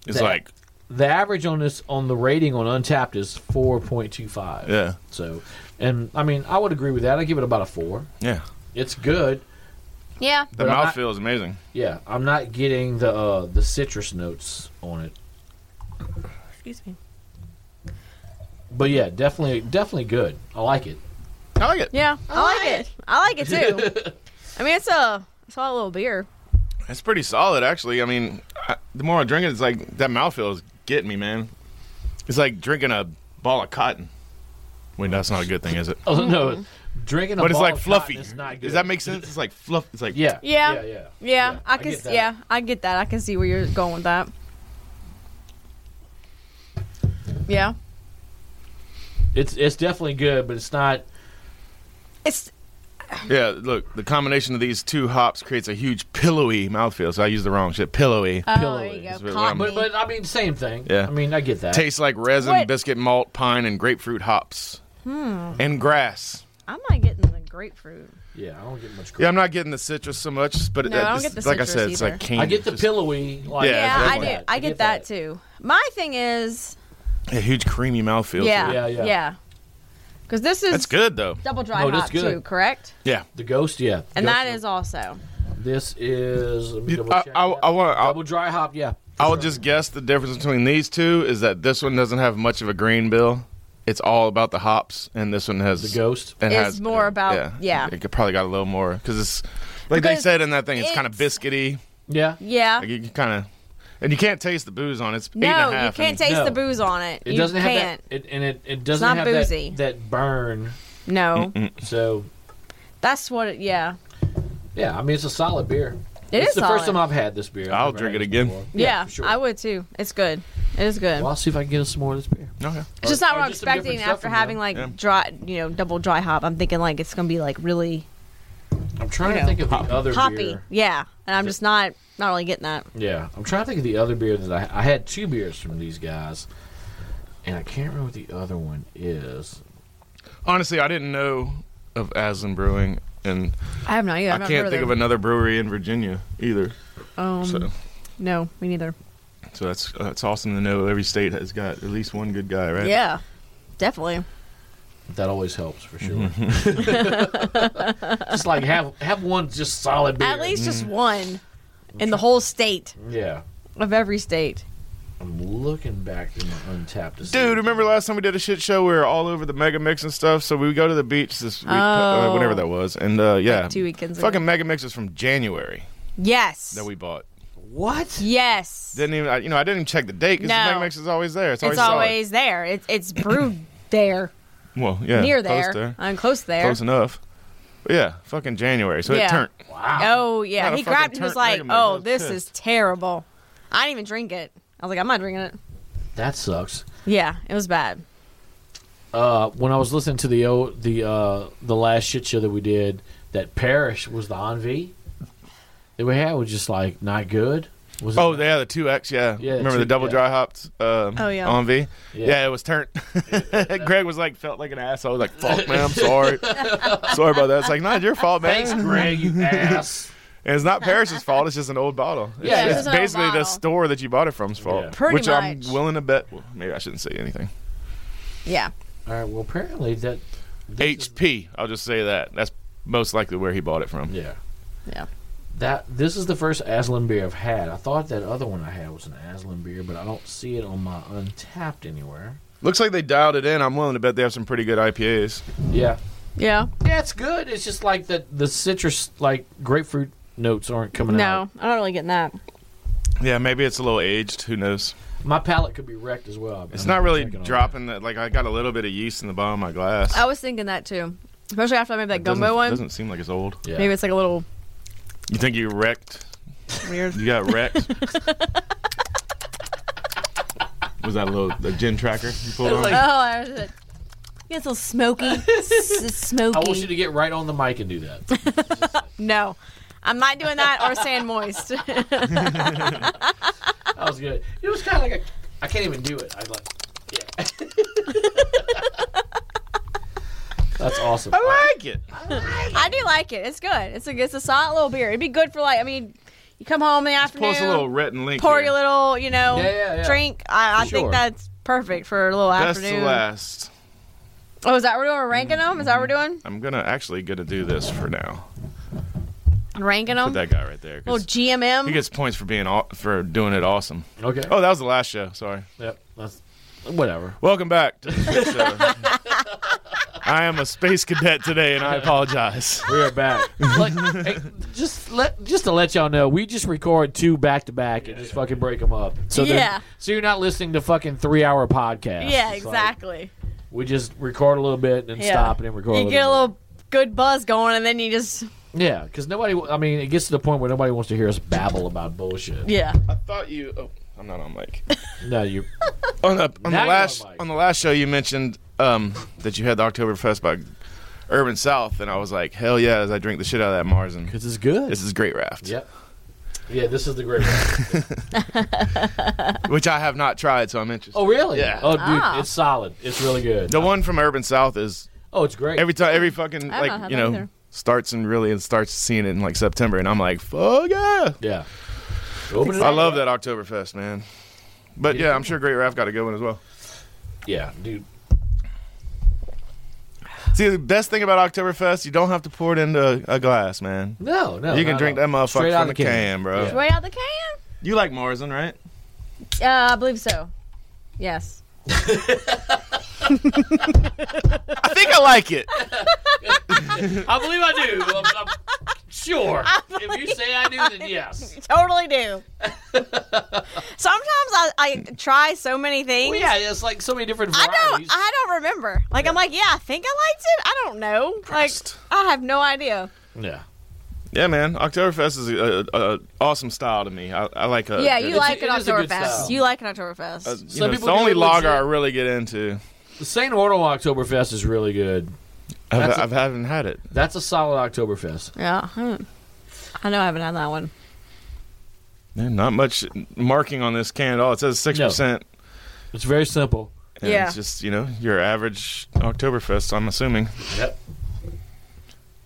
[SPEAKER 5] It's
[SPEAKER 2] The-
[SPEAKER 5] like
[SPEAKER 2] the average on this on the rating on Untapped is four point two five.
[SPEAKER 5] yeah,
[SPEAKER 2] So, and I mean, I would agree with that. I give it about a four.
[SPEAKER 5] yeah.
[SPEAKER 2] It's good.
[SPEAKER 6] Yeah.
[SPEAKER 5] The
[SPEAKER 2] But I'm not-
[SPEAKER 5] mouthfeel is amazing.
[SPEAKER 2] Yeah, I'm not getting the uh, the citrus notes on it,
[SPEAKER 6] Excuse me.
[SPEAKER 2] but yeah, definitely, definitely good. I like it.
[SPEAKER 5] I like it.
[SPEAKER 6] Yeah, I, like it. I like it too. I mean, it's a it's a little beer.
[SPEAKER 5] It's pretty solid actually. I mean, I, the more I drink it, it's like that mouthfeel is getting me, man. It's like drinking a ball of cotton. Wait, that's not a good thing, is it?
[SPEAKER 2] Oh no, drinking a
[SPEAKER 5] but it's
[SPEAKER 2] bottle
[SPEAKER 5] like
[SPEAKER 2] of
[SPEAKER 5] fluffy.
[SPEAKER 2] cotton is not good.
[SPEAKER 5] Does that make sense? It's like fluff. It's like
[SPEAKER 2] Yeah,
[SPEAKER 6] Yeah.
[SPEAKER 2] yeah, yeah.
[SPEAKER 6] Yeah, I can.
[SPEAKER 2] get that.
[SPEAKER 6] yeah, I get that. I can see where you're going with that. Yeah,
[SPEAKER 2] It's it's definitely good, but it's not.
[SPEAKER 6] it's
[SPEAKER 5] yeah. Look, the combination of these two hops creates a huge pillowy mouthfeel. So I used the wrong shit. Pillowy.
[SPEAKER 6] oh,
[SPEAKER 2] Pillowy
[SPEAKER 6] there you
[SPEAKER 5] is what
[SPEAKER 6] go.
[SPEAKER 5] I'm-
[SPEAKER 6] Cotton.
[SPEAKER 2] But but I mean, same thing.
[SPEAKER 5] Yeah.
[SPEAKER 2] I mean, I get that.
[SPEAKER 5] Tastes like resin,
[SPEAKER 6] What? Hmm.
[SPEAKER 5] biscuit malt, pine, and grapefruit hops. And grass.
[SPEAKER 6] I'm not getting the grapefruit.
[SPEAKER 2] Yeah, I don't get much.
[SPEAKER 5] Yeah, I'm not getting the citrus so much, but
[SPEAKER 6] No,
[SPEAKER 5] uh,
[SPEAKER 6] I don't
[SPEAKER 5] this-
[SPEAKER 6] get the
[SPEAKER 5] like I
[SPEAKER 6] citrus
[SPEAKER 5] said, it's
[SPEAKER 6] either.
[SPEAKER 5] like candy.
[SPEAKER 2] I get the
[SPEAKER 5] Just
[SPEAKER 2] pillowy. Like,
[SPEAKER 5] Yeah,
[SPEAKER 6] Yeah, I do.
[SPEAKER 5] definitely.
[SPEAKER 6] I, get, that, too. My thing is,
[SPEAKER 5] A huge creamy mouthfeel. to
[SPEAKER 6] yeah,
[SPEAKER 5] it.
[SPEAKER 2] Yeah,
[SPEAKER 6] yeah,
[SPEAKER 2] yeah.
[SPEAKER 6] Because this is
[SPEAKER 5] That's good, though.
[SPEAKER 6] double dry
[SPEAKER 2] No, that's
[SPEAKER 6] hop
[SPEAKER 2] good.
[SPEAKER 6] too, correct?
[SPEAKER 5] Yeah.
[SPEAKER 2] The ghost, yeah. Ghost
[SPEAKER 6] And that
[SPEAKER 2] one.
[SPEAKER 6] is also
[SPEAKER 2] This is. Let me double
[SPEAKER 5] I,
[SPEAKER 2] check
[SPEAKER 5] I,
[SPEAKER 2] that.
[SPEAKER 5] I, want,
[SPEAKER 2] double
[SPEAKER 5] I,
[SPEAKER 2] dry hop, yeah.
[SPEAKER 5] I will just guess the difference between these two is that this one doesn't have much of a green bill. It's all about the hops, and this one has
[SPEAKER 2] The ghost.
[SPEAKER 5] And
[SPEAKER 6] It's
[SPEAKER 5] has,
[SPEAKER 6] more about- yeah.
[SPEAKER 5] It could- probably got a little more because it's like they
[SPEAKER 6] Because
[SPEAKER 5] said in that thing. It's, kind of
[SPEAKER 6] it's-
[SPEAKER 5] biscuity.
[SPEAKER 2] Yeah.
[SPEAKER 6] yeah.
[SPEAKER 5] Like you kind of, and you can't taste the booze on it. It's eight and a
[SPEAKER 6] No, you
[SPEAKER 5] half,
[SPEAKER 6] can't
[SPEAKER 5] and-
[SPEAKER 6] taste
[SPEAKER 2] No.
[SPEAKER 6] the booze on it.
[SPEAKER 2] It
[SPEAKER 6] you
[SPEAKER 2] doesn't have
[SPEAKER 6] can't.
[SPEAKER 2] that. It, and it, it doesn't
[SPEAKER 6] not
[SPEAKER 2] have
[SPEAKER 6] boozy.
[SPEAKER 2] that, that burn.
[SPEAKER 6] No,
[SPEAKER 2] So,
[SPEAKER 6] that's what. It, yeah,
[SPEAKER 2] yeah, I mean, it's a solid beer.
[SPEAKER 6] It
[SPEAKER 2] it's
[SPEAKER 6] is
[SPEAKER 2] the first
[SPEAKER 6] solid.
[SPEAKER 2] time I've had this beer. I've
[SPEAKER 5] I'll
[SPEAKER 2] never
[SPEAKER 5] drink
[SPEAKER 2] had
[SPEAKER 5] it
[SPEAKER 2] this
[SPEAKER 5] again.
[SPEAKER 2] before.
[SPEAKER 6] yeah.
[SPEAKER 2] for sure.
[SPEAKER 6] I would too. It's good. It is good.
[SPEAKER 2] Well, I'll see if I can get us some more of this beer.
[SPEAKER 5] Okay.
[SPEAKER 6] It's just not
[SPEAKER 2] Or
[SPEAKER 6] what I'm
[SPEAKER 2] just some different
[SPEAKER 6] expecting
[SPEAKER 2] stuff
[SPEAKER 6] after
[SPEAKER 2] from them.
[SPEAKER 6] having like dry, you know, double dry hop. I'm thinking like it's gonna be like really
[SPEAKER 2] I'm trying
[SPEAKER 6] You
[SPEAKER 2] to
[SPEAKER 6] know.
[SPEAKER 2] think of the other
[SPEAKER 6] Hoppy.
[SPEAKER 2] beer.
[SPEAKER 6] Yeah. And I'm just not not really getting that.
[SPEAKER 2] Yeah, I'm trying to think of the other beer that I I had two beers from these guys, and I can't remember what the other one is.
[SPEAKER 5] Honestly, I didn't know of Aslan Brewing, and
[SPEAKER 6] I have not either.
[SPEAKER 5] I can't think of another brewery in Virginia either.
[SPEAKER 6] Um,
[SPEAKER 5] So,
[SPEAKER 6] No, me neither.
[SPEAKER 5] so that's that's awesome to know. Every state has got at least one good guy, right?
[SPEAKER 6] Yeah, definitely.
[SPEAKER 2] That always helps for sure.
[SPEAKER 5] Mm-hmm.
[SPEAKER 2] just like have have one just solid beer.
[SPEAKER 6] At least
[SPEAKER 5] Mm.
[SPEAKER 6] just one in the whole state
[SPEAKER 2] Yeah,
[SPEAKER 6] of every state.
[SPEAKER 2] I'm looking back in my untapped. to see-
[SPEAKER 5] Dude, remember last time we did a shit show? We were all over the Mega Mix and stuff. So we would go to the beach this week, uh,
[SPEAKER 6] Oh.
[SPEAKER 5] whenever that was, and uh, yeah,
[SPEAKER 6] two weekends ago.
[SPEAKER 5] Fucking Mega Mix is from January
[SPEAKER 6] Yes.
[SPEAKER 5] that we bought.
[SPEAKER 2] what?
[SPEAKER 6] yes.
[SPEAKER 5] Didn't even, I, you know, I didn't even check the date because
[SPEAKER 6] No.
[SPEAKER 5] Mega Mix is always there. It's always,
[SPEAKER 6] it's
[SPEAKER 5] solid.
[SPEAKER 6] always there. It's it's brewed there,
[SPEAKER 5] well, yeah,
[SPEAKER 6] near
[SPEAKER 5] close
[SPEAKER 6] there, and close there.
[SPEAKER 5] close enough. But yeah, fucking January. So
[SPEAKER 6] Yeah.
[SPEAKER 5] it turned.
[SPEAKER 6] Oh
[SPEAKER 5] Not
[SPEAKER 6] yeah,
[SPEAKER 5] a
[SPEAKER 6] he
[SPEAKER 5] fucking
[SPEAKER 6] grabbed. it He was
[SPEAKER 5] turnt
[SPEAKER 6] like,
[SPEAKER 5] ligament,
[SPEAKER 6] "Oh,
[SPEAKER 5] that's
[SPEAKER 6] this
[SPEAKER 5] pissed.
[SPEAKER 6] is terrible. I didn't even drink it." I was like, "I'm not drinking it."
[SPEAKER 2] That sucks.
[SPEAKER 6] Yeah, it was bad.
[SPEAKER 2] Uh, when I was listening to the o- the uh, the last shit show that we did, that Parish was the envy that we had was just like not good. Was it-
[SPEAKER 5] Oh yeah, the two X. Yeah,
[SPEAKER 2] Yeah,
[SPEAKER 5] Remember
[SPEAKER 2] two-
[SPEAKER 5] the double
[SPEAKER 2] yeah.
[SPEAKER 5] dry hopped? Um,
[SPEAKER 6] Oh, yeah.
[SPEAKER 5] On V.
[SPEAKER 2] Yeah.
[SPEAKER 5] Yeah. it was turned. Greg was like, felt like an asshole. Like, fuck, man, I'm sorry. sorry about that. It's like, not your fault, man.
[SPEAKER 2] Thanks, Greg, you ass.
[SPEAKER 5] And it's not Parrish's fault. It's just an old bottle. It's-
[SPEAKER 2] Yeah, it's
[SPEAKER 5] it's,
[SPEAKER 6] just an old
[SPEAKER 5] basically
[SPEAKER 6] bottle.
[SPEAKER 5] the store that you bought it from's fault.
[SPEAKER 2] Yeah.
[SPEAKER 6] Pretty
[SPEAKER 5] which I'm
[SPEAKER 6] much.
[SPEAKER 5] willing to bet. Well, maybe I shouldn't say anything.
[SPEAKER 6] Yeah,
[SPEAKER 2] All right. Well, apparently that.
[SPEAKER 5] HP. I'll just say that. That's most likely where he bought it from.
[SPEAKER 2] Yeah.
[SPEAKER 6] yeah.
[SPEAKER 2] That this is the first Aslan beer I've had. I thought that other one I had was an Aslan beer, but I don't see it on my Untapped anywhere.
[SPEAKER 5] Looks like they dialed it in. I'm willing to bet they have some pretty good IPAs.
[SPEAKER 2] Yeah,
[SPEAKER 6] Yeah.
[SPEAKER 2] yeah, it's good. It's just like that the citrus, like grapefruit notes, aren't coming out.
[SPEAKER 6] No, I'm not really getting that.
[SPEAKER 5] Yeah, maybe it's a little aged. Who knows?
[SPEAKER 2] My palate could be wrecked as well.
[SPEAKER 5] It's
[SPEAKER 2] I'm
[SPEAKER 5] not really
[SPEAKER 2] checking on
[SPEAKER 5] dropping that. Like I got a little bit of yeast in the bottom of my glass.
[SPEAKER 6] I was thinking that too, especially after I made that
[SPEAKER 5] It doesn't-
[SPEAKER 6] gumbo one.
[SPEAKER 5] Doesn't seem like it's old.
[SPEAKER 2] it. Yeah.
[SPEAKER 6] Maybe it's like a little
[SPEAKER 5] You think you wrecked?
[SPEAKER 6] weird.
[SPEAKER 5] You got wrecked. Was that a little the gin tracker you pulled on?
[SPEAKER 6] oh, I was like, yeah, it's a little smoky. S- smoky.
[SPEAKER 2] I want you to get right on the mic and do that.
[SPEAKER 6] No, I'm not doing that or sand moist.
[SPEAKER 2] I was good. It was kind of like a, I can't even do it. I like, yeah. That's awesome.
[SPEAKER 5] I like it.
[SPEAKER 6] I do like it. It's good. It's a it's a solid little beer. It'd be good for like I mean, you come home in
[SPEAKER 5] Pull
[SPEAKER 6] the afternoon,
[SPEAKER 5] us a little Rhett and Link.
[SPEAKER 6] pour
[SPEAKER 5] here.
[SPEAKER 6] your little you know
[SPEAKER 2] Yeah, yeah, yeah.
[SPEAKER 6] drink. I, I
[SPEAKER 2] Sure.
[SPEAKER 6] think that's perfect for a little
[SPEAKER 5] Best
[SPEAKER 6] afternoon.
[SPEAKER 5] to last.
[SPEAKER 6] Oh, is that what we're doing? We're ranking them? Is that what we're doing?
[SPEAKER 5] I'm gonna actually gonna do this for now.
[SPEAKER 6] Ranking
[SPEAKER 5] Put
[SPEAKER 6] them.
[SPEAKER 5] that guy right there. 'cause
[SPEAKER 6] little GMM.
[SPEAKER 5] he gets points for being aw- for doing it awesome.
[SPEAKER 2] Okay.
[SPEAKER 5] Oh, that was the last show. Sorry.
[SPEAKER 2] Yep. That's whatever.
[SPEAKER 5] Welcome back to the shit show. I am a space cadet today, and I apologize.
[SPEAKER 2] We are back. Like, hey, just let just to let y'all know, we just record two back to back and just fucking break them up. So they're-
[SPEAKER 6] Yeah.
[SPEAKER 2] So you're not listening to fucking three hour podcast.
[SPEAKER 6] yeah,
[SPEAKER 2] It's like,
[SPEAKER 6] exactly.
[SPEAKER 2] we just record a little bit and then
[SPEAKER 6] Yeah.
[SPEAKER 2] stop and then record. a
[SPEAKER 6] You
[SPEAKER 2] little
[SPEAKER 6] get a
[SPEAKER 2] bit.
[SPEAKER 6] little good buzz going, and then you just
[SPEAKER 2] Yeah, because nobody. I mean, it gets to the point where nobody wants to hear us babble about bullshit.
[SPEAKER 6] yeah.
[SPEAKER 5] I thought you. Oh, I'm not on mic.
[SPEAKER 2] No, you.
[SPEAKER 5] on the, on the
[SPEAKER 2] Now you're
[SPEAKER 5] last
[SPEAKER 2] on mic.
[SPEAKER 5] on the last show you mentioned um, that you had the Oktoberfest by Urban South, and I was like, hell yeah, as I drink the shit out of that Mars, and
[SPEAKER 2] This is good.
[SPEAKER 5] this is Great Raft,
[SPEAKER 2] Yep. Yeah, this is the great one.
[SPEAKER 5] which I have not tried, so I'm interested.
[SPEAKER 2] Oh, really?
[SPEAKER 5] Yeah.
[SPEAKER 2] Oh, dude,
[SPEAKER 6] Ah.
[SPEAKER 2] it's solid. It's really good.
[SPEAKER 5] The one from Urban South is
[SPEAKER 2] Oh, it's great.
[SPEAKER 5] every time, every fucking
[SPEAKER 6] not had
[SPEAKER 5] like you
[SPEAKER 6] that
[SPEAKER 5] know
[SPEAKER 6] either.
[SPEAKER 5] starts and really and starts seeing it in like September, and I'm like, fuck yeah,
[SPEAKER 2] yeah. Open it
[SPEAKER 5] I
[SPEAKER 2] up.
[SPEAKER 5] love that Oktoberfest, man. But yeah, I'm sure Great Raft got a good one as well.
[SPEAKER 2] Yeah, dude.
[SPEAKER 5] See, the best thing about Oktoberfest, you don't have to pour it into a glass, man.
[SPEAKER 2] No, no.
[SPEAKER 5] You can
[SPEAKER 2] not
[SPEAKER 5] drink
[SPEAKER 2] at
[SPEAKER 5] that
[SPEAKER 2] all. Straight
[SPEAKER 5] motherfucker
[SPEAKER 2] out
[SPEAKER 5] from
[SPEAKER 2] of
[SPEAKER 5] the can, bro.
[SPEAKER 2] Yeah.
[SPEAKER 6] Way out the can.
[SPEAKER 5] You like Marzen, right?
[SPEAKER 6] Uh, I believe so. Yes.
[SPEAKER 5] I think I like it.
[SPEAKER 2] I believe I do. I'm, I'm sure. If you say I do, then yes.
[SPEAKER 6] Totally do. Sometimes I, I try so many things.
[SPEAKER 2] Well, yeah, it's like so many different
[SPEAKER 6] I don't.
[SPEAKER 2] varieties.
[SPEAKER 6] I don't remember. Like I'm like, yeah, I think I liked it. I don't know.
[SPEAKER 5] Christ.
[SPEAKER 6] Like I have no idea.
[SPEAKER 2] yeah.
[SPEAKER 5] Yeah, man. Oktoberfest is a, a, a awesome style to me. I, I like a.
[SPEAKER 6] Yeah, you
[SPEAKER 2] It's a-
[SPEAKER 6] like
[SPEAKER 2] it
[SPEAKER 6] an
[SPEAKER 2] is a good style. Uh,
[SPEAKER 6] Oktoberfest. You like an
[SPEAKER 5] a-
[SPEAKER 6] Oktoberfest.
[SPEAKER 5] you
[SPEAKER 2] Some
[SPEAKER 5] know, it's
[SPEAKER 2] people
[SPEAKER 5] the
[SPEAKER 2] do
[SPEAKER 5] only
[SPEAKER 2] it
[SPEAKER 5] lager
[SPEAKER 2] legit.
[SPEAKER 5] I really get into.
[SPEAKER 2] The St. Orno Oktoberfest is really good.
[SPEAKER 5] I've,
[SPEAKER 2] That's a-
[SPEAKER 5] I've, I haven't had it.
[SPEAKER 2] That's a solid Oktoberfest.
[SPEAKER 6] Yeah. I don't- I know I haven't had that one.
[SPEAKER 5] Man, not much marking on this can at all. It says six percent.
[SPEAKER 2] It's very simple.
[SPEAKER 5] And
[SPEAKER 6] Yeah.
[SPEAKER 5] It's just you know your average Oktoberfest. I'm assuming.
[SPEAKER 2] Yep.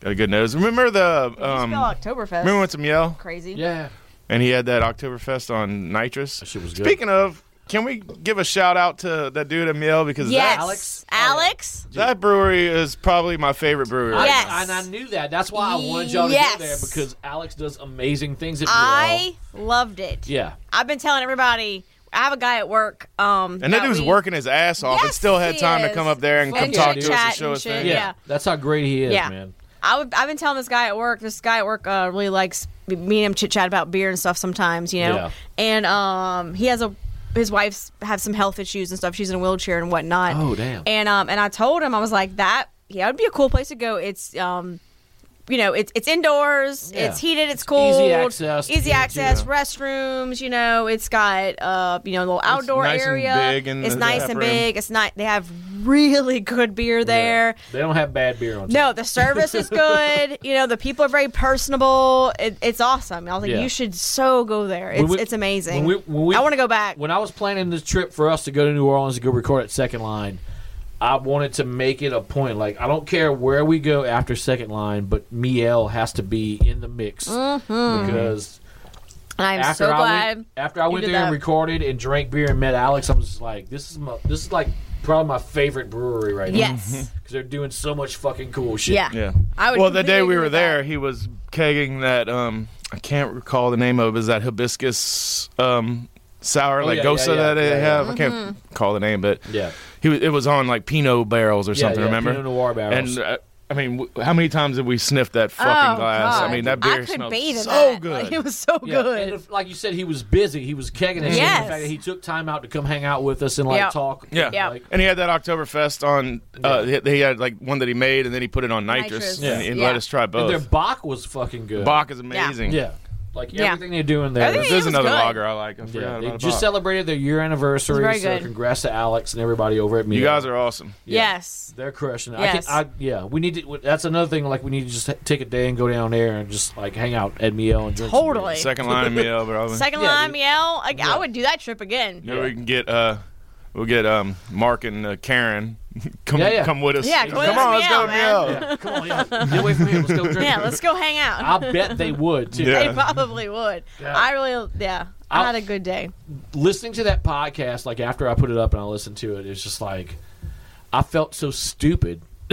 [SPEAKER 5] Got a good nose. Remember the um.
[SPEAKER 6] you spell Oktoberfest.
[SPEAKER 5] Remember when some yell
[SPEAKER 6] Crazy.
[SPEAKER 2] Yeah.
[SPEAKER 5] and he had that Oktoberfest on nitrous.
[SPEAKER 2] That shit was good.
[SPEAKER 5] Speaking of, can we give a shout out to that dude Emil because
[SPEAKER 6] Yes.
[SPEAKER 5] that
[SPEAKER 2] Alex?
[SPEAKER 6] Alex. Alex.
[SPEAKER 5] that brewery is probably my favorite brewery.
[SPEAKER 2] I-
[SPEAKER 5] right
[SPEAKER 6] Yes.
[SPEAKER 2] and I knew that. That's why I wanted y'all to
[SPEAKER 6] Yes.
[SPEAKER 2] get there because Alex does amazing things at Mule.
[SPEAKER 6] I loved it.
[SPEAKER 2] Yeah.
[SPEAKER 6] I've been telling everybody. I have a guy at work. Um,
[SPEAKER 5] And that dude was
[SPEAKER 6] we-
[SPEAKER 5] working his ass off and
[SPEAKER 6] Yes,
[SPEAKER 5] still had
[SPEAKER 6] he
[SPEAKER 5] time to
[SPEAKER 6] is.
[SPEAKER 5] come up there and
[SPEAKER 6] Fuck
[SPEAKER 5] come
[SPEAKER 6] yeah,
[SPEAKER 5] talk
[SPEAKER 6] dude.
[SPEAKER 5] to us and
[SPEAKER 6] Chat
[SPEAKER 5] show
[SPEAKER 6] and
[SPEAKER 5] us
[SPEAKER 6] shit,
[SPEAKER 5] things.
[SPEAKER 2] Yeah.
[SPEAKER 6] Yeah.
[SPEAKER 2] That's how great he is,
[SPEAKER 6] Yeah.
[SPEAKER 2] man.
[SPEAKER 6] I would, I've been telling this guy at work. This guy at work uh, really likes me and him chit chat about beer and stuff sometimes, you know.
[SPEAKER 2] Yeah.
[SPEAKER 6] And um, he has a his wife's have some health issues and stuff. She's in a wheelchair and whatnot.
[SPEAKER 2] Oh, damn.
[SPEAKER 6] And um, and I told him I was like that. Yeah, it'd be a cool place to go. It's um, you know, it's it's indoors.
[SPEAKER 2] Yeah.
[SPEAKER 6] It's heated. It's cool.
[SPEAKER 2] easy access to
[SPEAKER 6] Easy
[SPEAKER 2] get to,
[SPEAKER 6] access.
[SPEAKER 2] yeah.
[SPEAKER 6] Restrooms. You know, it's got uh, you know, a little outdoor
[SPEAKER 5] nice and
[SPEAKER 6] area.
[SPEAKER 5] big in
[SPEAKER 6] it's
[SPEAKER 5] the
[SPEAKER 6] nice
[SPEAKER 5] tap
[SPEAKER 6] and
[SPEAKER 5] room.
[SPEAKER 6] big. It's not. They have really good beer there.
[SPEAKER 2] They don't have bad beer on. tap.
[SPEAKER 6] No, the service is good. You know, the people are very personable. It, it's awesome. I was like,
[SPEAKER 2] Yeah.
[SPEAKER 6] you should so go there. It's,
[SPEAKER 2] we-
[SPEAKER 6] it's amazing.
[SPEAKER 2] when we- when we-
[SPEAKER 6] I want to go back.
[SPEAKER 2] When I was planning this trip for us to go to New Orleans to go record at Second Line, I wanted to make it a point. Like I don't care where we go after Second Line, but Miel has to be in the mix because
[SPEAKER 6] and Mm-hmm. I'm
[SPEAKER 2] after
[SPEAKER 6] so
[SPEAKER 2] I
[SPEAKER 6] glad.
[SPEAKER 2] went, after I
[SPEAKER 6] you
[SPEAKER 2] went
[SPEAKER 6] did
[SPEAKER 2] there and
[SPEAKER 6] that.
[SPEAKER 2] recorded and drank beer and met Alex, I was just like, this is my this is like probably my favorite brewery right now
[SPEAKER 6] yes.
[SPEAKER 2] because they're doing so much fucking cool shit.
[SPEAKER 6] Yeah.
[SPEAKER 5] Yeah.
[SPEAKER 6] I would
[SPEAKER 5] well, the
[SPEAKER 6] completely
[SPEAKER 5] day we
[SPEAKER 6] agree
[SPEAKER 5] were
[SPEAKER 6] with that.
[SPEAKER 5] there, he was kegging that um I can't recall the name of it, is that hibiscus um sour like
[SPEAKER 2] Oh, yeah,
[SPEAKER 5] gosa
[SPEAKER 2] yeah, yeah,
[SPEAKER 5] that they
[SPEAKER 2] yeah, yeah.
[SPEAKER 5] have. I can't
[SPEAKER 6] Mm-hmm.
[SPEAKER 5] call the name, but
[SPEAKER 2] Yeah.
[SPEAKER 5] he was, it was on like Pinot barrels or
[SPEAKER 2] Yeah,
[SPEAKER 5] something.
[SPEAKER 2] yeah,
[SPEAKER 5] remember
[SPEAKER 2] Pinot Noir barrels.
[SPEAKER 5] And uh, I mean, w- how many times did we sniff that fucking
[SPEAKER 6] Oh,
[SPEAKER 5] glass?
[SPEAKER 6] God.
[SPEAKER 5] I mean, that beer
[SPEAKER 6] I could
[SPEAKER 5] smelled
[SPEAKER 6] bathe in
[SPEAKER 5] so
[SPEAKER 6] that.
[SPEAKER 5] good.
[SPEAKER 6] Like, it was so
[SPEAKER 2] Yeah,
[SPEAKER 6] good.
[SPEAKER 2] And if, like you said, he was busy. He was kegging it.
[SPEAKER 6] Yes.
[SPEAKER 2] And the fact that he took time out to come hang out with us and like
[SPEAKER 6] Yeah.
[SPEAKER 2] talk.
[SPEAKER 5] Yeah.
[SPEAKER 6] Yeah.
[SPEAKER 2] Like,
[SPEAKER 5] And he had that Oktoberfest on. Uh, he- he had like one that he made, and then he put it on nitrous,
[SPEAKER 6] Nitrous.
[SPEAKER 5] and,
[SPEAKER 2] Yeah.
[SPEAKER 5] and
[SPEAKER 6] Yeah.
[SPEAKER 5] let us try
[SPEAKER 2] and their
[SPEAKER 5] both.
[SPEAKER 2] Bach was fucking good.
[SPEAKER 5] Bach is amazing.
[SPEAKER 2] Yeah. Like
[SPEAKER 6] Yeah.
[SPEAKER 2] everything they're doing there.
[SPEAKER 6] Everything-
[SPEAKER 5] This
[SPEAKER 6] It
[SPEAKER 5] is
[SPEAKER 6] was
[SPEAKER 5] another
[SPEAKER 6] good.
[SPEAKER 5] lager I like. I forgot
[SPEAKER 2] Yeah, they
[SPEAKER 5] about
[SPEAKER 2] just
[SPEAKER 5] Bach.
[SPEAKER 2] celebrated their year anniversary.
[SPEAKER 6] It was
[SPEAKER 2] so
[SPEAKER 6] very good.
[SPEAKER 2] congrats to Alex and everybody over at me.
[SPEAKER 5] You guys are awesome.
[SPEAKER 6] yes.
[SPEAKER 2] They're crushing. it.
[SPEAKER 6] Yes.
[SPEAKER 2] I, can, I Yeah, we need to. That's another thing. Like we need to just take a day and go down there and just like hang out at Mio and drink. some beer.
[SPEAKER 6] Totally.
[SPEAKER 5] Second line of meal, probably.
[SPEAKER 6] Second
[SPEAKER 2] Yeah,
[SPEAKER 6] line,
[SPEAKER 2] dude.
[SPEAKER 6] meow. Like, I would do that trip again.
[SPEAKER 5] Maybe we can get uh, we'll get um Mark and uh, Karen come
[SPEAKER 2] Yeah, yeah.
[SPEAKER 5] come with us.
[SPEAKER 6] Yeah,
[SPEAKER 5] come,
[SPEAKER 6] come with us
[SPEAKER 5] on, let's go
[SPEAKER 6] to Meow,
[SPEAKER 5] to meal.
[SPEAKER 2] Yeah, come on, yeah. get away from here. Let's go drink.
[SPEAKER 6] Yeah, let's go hang
[SPEAKER 2] I
[SPEAKER 6] out.
[SPEAKER 2] bet they would too.
[SPEAKER 5] Yeah.
[SPEAKER 6] They probably would. I really, yeah.
[SPEAKER 2] I'll-
[SPEAKER 6] I had a good day.
[SPEAKER 2] listening to that podcast, like after I put it up and I listened to it, it's just like I felt so stupid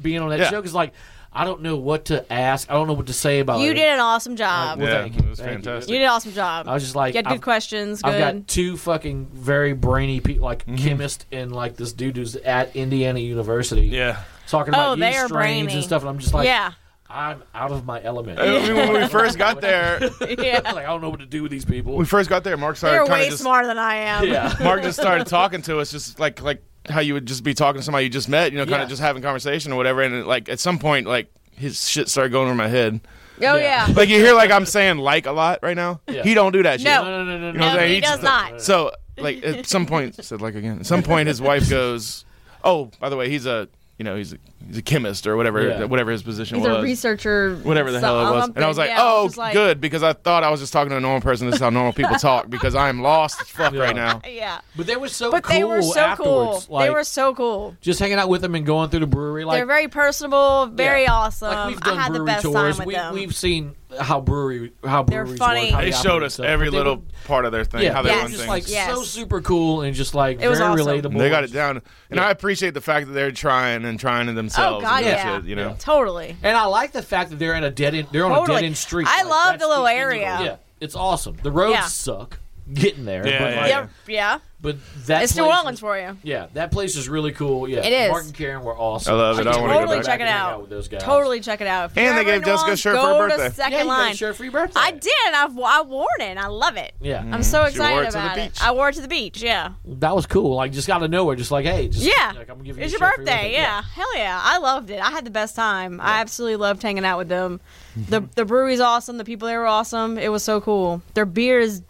[SPEAKER 2] being on that
[SPEAKER 5] Yeah.
[SPEAKER 2] show because like I don't know what to ask, I don't know what to say about
[SPEAKER 6] You
[SPEAKER 2] it.
[SPEAKER 6] did an awesome job.
[SPEAKER 2] Well,
[SPEAKER 5] Yeah,
[SPEAKER 2] thank you.
[SPEAKER 5] it was
[SPEAKER 2] Thank you.
[SPEAKER 5] fantastic.
[SPEAKER 6] You did an awesome job.
[SPEAKER 2] I was just like,
[SPEAKER 6] you had good
[SPEAKER 2] I've-
[SPEAKER 6] questions. Good.
[SPEAKER 2] I've got two fucking very brainy people, like
[SPEAKER 5] Mm-hmm.
[SPEAKER 2] chemist and like this dude who's at Indiana University.
[SPEAKER 5] Yeah.
[SPEAKER 2] talking about
[SPEAKER 6] Oh, they
[SPEAKER 2] yeast
[SPEAKER 6] are
[SPEAKER 2] strains
[SPEAKER 6] brainy.
[SPEAKER 2] and stuff, and I'm just like,
[SPEAKER 6] yeah.
[SPEAKER 2] I'm out of my element.
[SPEAKER 5] I mean, when we first got there,
[SPEAKER 6] Yeah.
[SPEAKER 2] like I don't know what to do with these people.
[SPEAKER 5] we first got there. Mark
[SPEAKER 6] They're
[SPEAKER 5] started kind
[SPEAKER 6] way
[SPEAKER 5] of just
[SPEAKER 6] smarter than I am.
[SPEAKER 2] yeah,
[SPEAKER 5] Mark just started talking to us, just like like how you would just be talking to somebody you just met, you know, kind
[SPEAKER 2] Yeah.
[SPEAKER 5] of just having conversation or whatever. And like at some point, like his shit started going over my head.
[SPEAKER 6] Oh yeah.
[SPEAKER 5] Like you hear like I'm saying like a lot right now.
[SPEAKER 2] Yeah.
[SPEAKER 5] He don't do that shit.
[SPEAKER 6] No.
[SPEAKER 2] no, no, no, no.
[SPEAKER 5] You know what I'm
[SPEAKER 6] No,
[SPEAKER 5] saying?
[SPEAKER 6] he
[SPEAKER 5] He
[SPEAKER 6] does
[SPEAKER 5] just-
[SPEAKER 6] not.
[SPEAKER 5] So like at some point said like again. At some point his wife goes, "Oh, by the way, he's a you know he's a, he's a chemist or whatever
[SPEAKER 2] Yeah.
[SPEAKER 5] whatever his position
[SPEAKER 6] He's
[SPEAKER 5] was."
[SPEAKER 6] a researcher.
[SPEAKER 5] Whatever the hell it was, and I was like, "Oh, good," because I thought I was just talking to a normal person. This is how normal people talk. Because I'm lost as fuck right now.
[SPEAKER 6] Yeah.
[SPEAKER 2] but they were so
[SPEAKER 6] But
[SPEAKER 2] cool.
[SPEAKER 6] they were so cool.
[SPEAKER 2] afterwards. Like,
[SPEAKER 6] they were so cool.
[SPEAKER 2] just hanging out with them and going through the brewery. Like
[SPEAKER 6] They're very personable, very
[SPEAKER 2] Yeah.
[SPEAKER 6] awesome.
[SPEAKER 2] Like we've done
[SPEAKER 6] I had the
[SPEAKER 2] brewery
[SPEAKER 6] best
[SPEAKER 2] tours.
[SPEAKER 6] time with
[SPEAKER 2] we,
[SPEAKER 6] them.
[SPEAKER 2] We've seen how brewery how
[SPEAKER 6] They're
[SPEAKER 2] breweries
[SPEAKER 6] funny.
[SPEAKER 2] Work, how
[SPEAKER 5] They showed
[SPEAKER 2] operate
[SPEAKER 5] us
[SPEAKER 2] and stuff.
[SPEAKER 5] every
[SPEAKER 2] But they
[SPEAKER 5] little
[SPEAKER 2] were-
[SPEAKER 5] part of their thing,
[SPEAKER 2] yeah,
[SPEAKER 5] how they
[SPEAKER 2] they were
[SPEAKER 6] Yes.
[SPEAKER 5] run
[SPEAKER 2] just
[SPEAKER 5] things.
[SPEAKER 2] like
[SPEAKER 6] Yes.
[SPEAKER 2] so super cool and just like
[SPEAKER 6] It was
[SPEAKER 2] very
[SPEAKER 6] awesome.
[SPEAKER 2] relatable.
[SPEAKER 5] they got it down, and I appreciate the fact that they're trying and trying themselves.
[SPEAKER 6] oh god,
[SPEAKER 5] and
[SPEAKER 6] yeah.
[SPEAKER 5] shit, you know.
[SPEAKER 6] Totally.
[SPEAKER 2] And I like the fact that they're in a dead end. They're on
[SPEAKER 6] Totally.
[SPEAKER 2] a dead end street.
[SPEAKER 6] I
[SPEAKER 2] Like,
[SPEAKER 6] love
[SPEAKER 2] that's
[SPEAKER 6] the little
[SPEAKER 2] end of
[SPEAKER 6] area.
[SPEAKER 2] it. Yeah, it's awesome. The roads
[SPEAKER 6] Yeah.
[SPEAKER 2] suck getting there.
[SPEAKER 5] Yeah,
[SPEAKER 2] but,
[SPEAKER 5] yeah,
[SPEAKER 2] like,
[SPEAKER 5] yeah.
[SPEAKER 6] Yeah. Yeah.
[SPEAKER 2] but that
[SPEAKER 6] It's New
[SPEAKER 2] place
[SPEAKER 6] Orleans
[SPEAKER 2] is-
[SPEAKER 6] for you.
[SPEAKER 2] Yeah, that place is really cool. Yeah,
[SPEAKER 6] It is.
[SPEAKER 2] Mark and Karen were awesome.
[SPEAKER 5] I love it.
[SPEAKER 2] can't
[SPEAKER 5] I wanna
[SPEAKER 2] wait
[SPEAKER 5] go
[SPEAKER 6] Totally
[SPEAKER 5] back.
[SPEAKER 6] check it
[SPEAKER 2] and hang
[SPEAKER 6] out.
[SPEAKER 2] with those guys.
[SPEAKER 6] Totally check it out. If you're
[SPEAKER 5] And they
[SPEAKER 6] ever in
[SPEAKER 5] gave
[SPEAKER 6] New
[SPEAKER 5] Jessica a
[SPEAKER 6] Orleans,
[SPEAKER 5] shirt for
[SPEAKER 6] go
[SPEAKER 5] her
[SPEAKER 6] to
[SPEAKER 5] birthday.
[SPEAKER 2] Yeah,
[SPEAKER 6] Second
[SPEAKER 2] you got
[SPEAKER 6] line.
[SPEAKER 2] a shirt for your birthday.
[SPEAKER 6] I did. I've, I wore it. and I love it.
[SPEAKER 2] Yeah,
[SPEAKER 5] Mm.
[SPEAKER 6] I'm so
[SPEAKER 5] She wore
[SPEAKER 6] excited
[SPEAKER 5] it to the
[SPEAKER 6] about it.
[SPEAKER 5] beach.
[SPEAKER 6] I wore it to the beach. Yeah.
[SPEAKER 2] that was cool. Like just out of nowhere, just like hey, just
[SPEAKER 6] Yeah.
[SPEAKER 2] like, I'm gonna give you
[SPEAKER 6] it's
[SPEAKER 2] a
[SPEAKER 6] your
[SPEAKER 2] shirt for
[SPEAKER 6] birthday. yeah. Hell yeah. I loved it. I had the best time. I absolutely loved hanging out with them. The the brewery's awesome. The people there were awesome. It was so cool. Their beer is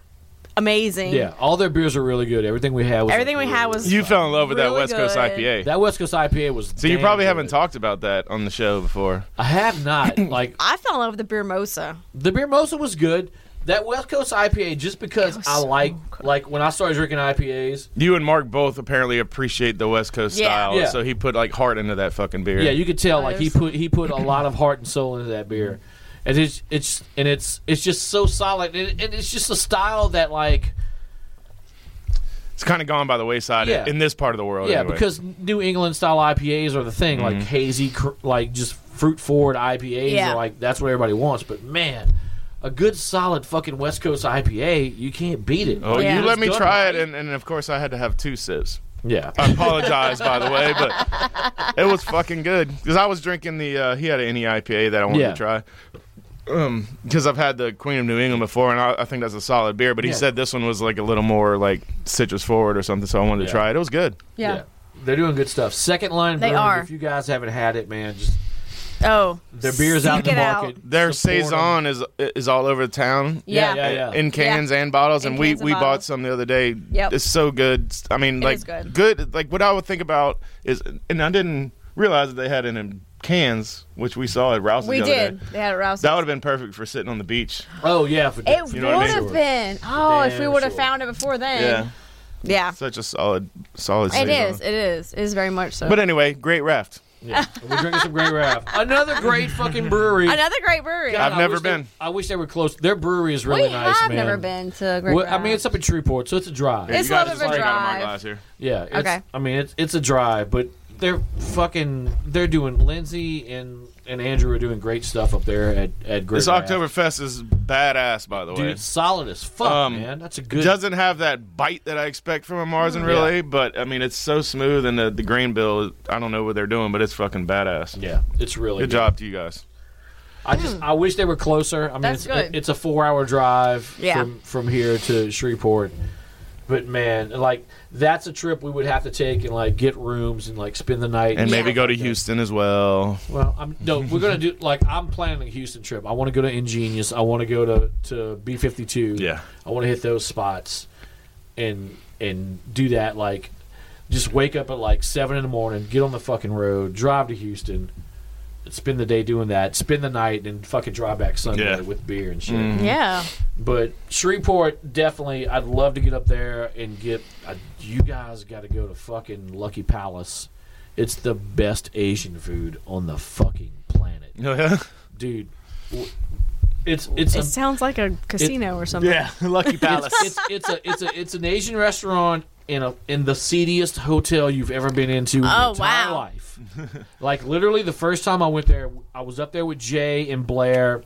[SPEAKER 6] amazing.
[SPEAKER 2] Yeah, all their beers are really good. Everything we had was
[SPEAKER 6] Everything we had was
[SPEAKER 5] You fell in love with that
[SPEAKER 6] Really
[SPEAKER 5] West Coast
[SPEAKER 6] good.
[SPEAKER 5] IPA.
[SPEAKER 2] that West Coast IPA was.
[SPEAKER 5] so you
[SPEAKER 2] damn
[SPEAKER 5] probably
[SPEAKER 2] good.
[SPEAKER 5] haven't talked about that on the show before.
[SPEAKER 2] I have not. Like
[SPEAKER 6] I fell in love with the beer mosa.
[SPEAKER 2] the beer mosa was good. That West Coast IPA, just because I like, like when I started drinking IPAs,
[SPEAKER 5] You and Mark both apparently appreciate the West Coast
[SPEAKER 6] Yeah.
[SPEAKER 5] style,
[SPEAKER 2] Yeah.
[SPEAKER 5] so he put like heart into that fucking beer.
[SPEAKER 2] Yeah, you could tell like he
[SPEAKER 6] Nice.
[SPEAKER 2] put he put a lot of heart and soul into that beer,
[SPEAKER 6] Mm-hmm.
[SPEAKER 2] and it's it's and it's it's just so solid, and, and it's just a style that like
[SPEAKER 5] it's kind of gone by the wayside
[SPEAKER 2] Yeah.
[SPEAKER 5] in this part of the world.
[SPEAKER 2] yeah,
[SPEAKER 5] anyway. Mm-hmm.
[SPEAKER 2] because New England style IPAs are the thing, like hazy, cr- like just fruit forward IPAs,
[SPEAKER 6] Yeah.
[SPEAKER 2] are like that's what everybody wants. But man, a good solid fucking West Coast IPA, you can't beat it.
[SPEAKER 5] oh,
[SPEAKER 6] Yeah.
[SPEAKER 5] you let me
[SPEAKER 2] It's done
[SPEAKER 5] try
[SPEAKER 2] right.
[SPEAKER 5] it, and, and of course I had to have two sips.
[SPEAKER 2] Yeah,
[SPEAKER 5] I apologize, by the way, but it was fucking good because I was drinking the. Uh, he had an any IPA that I wanted
[SPEAKER 2] Yeah.
[SPEAKER 5] to try. Um, because I've had the Queen of New England before, and I, I think that's a solid beer. But he
[SPEAKER 2] Yeah.
[SPEAKER 5] said this one was like a little more like citrus forward or something, so I wanted
[SPEAKER 2] Yeah.
[SPEAKER 5] to try it. It was good.
[SPEAKER 2] yeah. They're doing good stuff. Second line,
[SPEAKER 6] They
[SPEAKER 2] brewing,
[SPEAKER 6] are.
[SPEAKER 2] If you guys haven't had it, man, just
[SPEAKER 6] Oh,
[SPEAKER 2] their beers out in the
[SPEAKER 6] Seek it
[SPEAKER 2] market.
[SPEAKER 5] Their
[SPEAKER 2] Support 'em.
[SPEAKER 5] saison is is all over the town.
[SPEAKER 2] Yeah,
[SPEAKER 6] Yeah.
[SPEAKER 2] yeah, yeah.
[SPEAKER 5] in cans and bottles,
[SPEAKER 6] In
[SPEAKER 5] and we
[SPEAKER 6] cans and
[SPEAKER 5] we bought
[SPEAKER 6] bottles.
[SPEAKER 5] some the other day.
[SPEAKER 6] Yep.
[SPEAKER 5] It's so good. I mean,
[SPEAKER 6] It
[SPEAKER 5] like
[SPEAKER 6] is good.
[SPEAKER 5] Like what I would think about is, and I didn't realize that they had it in cans, which we saw at Rouse's.
[SPEAKER 6] We
[SPEAKER 5] the other day.
[SPEAKER 6] did. They had it roused.
[SPEAKER 5] That would have been perfect for sitting on the beach.
[SPEAKER 2] Oh yeah, for
[SPEAKER 6] It
[SPEAKER 5] You know what I
[SPEAKER 6] would
[SPEAKER 5] mean?
[SPEAKER 6] have been. Oh, if we
[SPEAKER 2] Damn
[SPEAKER 6] would have
[SPEAKER 2] sure.
[SPEAKER 6] found it before then.
[SPEAKER 5] Yeah,
[SPEAKER 6] Yeah.
[SPEAKER 5] such a solid, solid. saison.
[SPEAKER 6] It is. It is. It is very much so.
[SPEAKER 5] But anyway, great raft.
[SPEAKER 2] We're drinking some great raft. Another great fucking brewery.
[SPEAKER 6] Another great brewery.
[SPEAKER 2] God,
[SPEAKER 5] I've
[SPEAKER 2] I
[SPEAKER 5] never
[SPEAKER 2] wish they-
[SPEAKER 5] been.
[SPEAKER 2] I wish they were close. Their brewery is really
[SPEAKER 6] we
[SPEAKER 2] nice,
[SPEAKER 6] have
[SPEAKER 2] man.
[SPEAKER 6] never been to a great.
[SPEAKER 2] Well, I
[SPEAKER 6] Rock.
[SPEAKER 2] mean, it's up in Shreveport, so it's a drive.
[SPEAKER 6] It's
[SPEAKER 5] You guys
[SPEAKER 6] a little
[SPEAKER 5] just
[SPEAKER 6] bit of a
[SPEAKER 5] drank out of my
[SPEAKER 6] drive.
[SPEAKER 5] glass here.
[SPEAKER 2] yeah. It's,
[SPEAKER 6] okay.
[SPEAKER 2] I mean, it's it's a drive, but they're fucking. They're doing Lindsay and and Andrew are doing great stuff up there at at Great.
[SPEAKER 5] This
[SPEAKER 2] Raft.
[SPEAKER 5] Oktoberfest is badass, by the way.
[SPEAKER 2] dude, it's solid as fuck,
[SPEAKER 5] Um,
[SPEAKER 2] man. That's a good.
[SPEAKER 5] doesn't have that bite that I expect from a Mars and
[SPEAKER 2] Mm.
[SPEAKER 5] Relay,
[SPEAKER 2] Yeah.
[SPEAKER 5] but I mean it's so smooth and the, the grain bill. I don't know what they're doing, but it's fucking badass.
[SPEAKER 2] yeah, it's really
[SPEAKER 5] Good job to you guys.
[SPEAKER 2] I just I wish they were closer. I mean,
[SPEAKER 6] Hmm. That's
[SPEAKER 2] it's,
[SPEAKER 6] good.
[SPEAKER 2] it's a four hour drive
[SPEAKER 6] Yeah.
[SPEAKER 2] from from here to Shreveport. But man, like that's a trip we would have to take and like get rooms and like spend the night stuff
[SPEAKER 5] And maybe go to
[SPEAKER 2] like that.
[SPEAKER 5] Houston as well.
[SPEAKER 2] Well, I'm no. We're gonna do like I'm planning a Houston trip. I want to go to Ingenious. I want to go to to B fifty two.
[SPEAKER 5] Yeah.
[SPEAKER 2] I want to hit those spots, and and do that. Like, just wake up at like seven in the morning, get on the fucking road, drive to Houston, spend the day doing that, spend the night, and fucking drive back Sunday
[SPEAKER 5] Yeah. Mm-hmm.
[SPEAKER 2] with beer and shit.
[SPEAKER 6] yeah.
[SPEAKER 2] But Shreveport, definitely, I'd love to get up there and get. I, you guys got to go to fucking Lucky Palace. It's the best Asian food on the fucking planet,
[SPEAKER 5] yeah,
[SPEAKER 2] dude. w- It's it's
[SPEAKER 6] It
[SPEAKER 2] a,
[SPEAKER 6] sounds like a casino or something.
[SPEAKER 5] Lucky Palace.
[SPEAKER 2] it's, it's a it's a it's an Asian restaurant in a in the seediest hotel you've ever been into in your
[SPEAKER 6] Oh,
[SPEAKER 2] entire
[SPEAKER 6] wow.
[SPEAKER 2] life. like literally the first time I went there, I was up there with Jay and Blair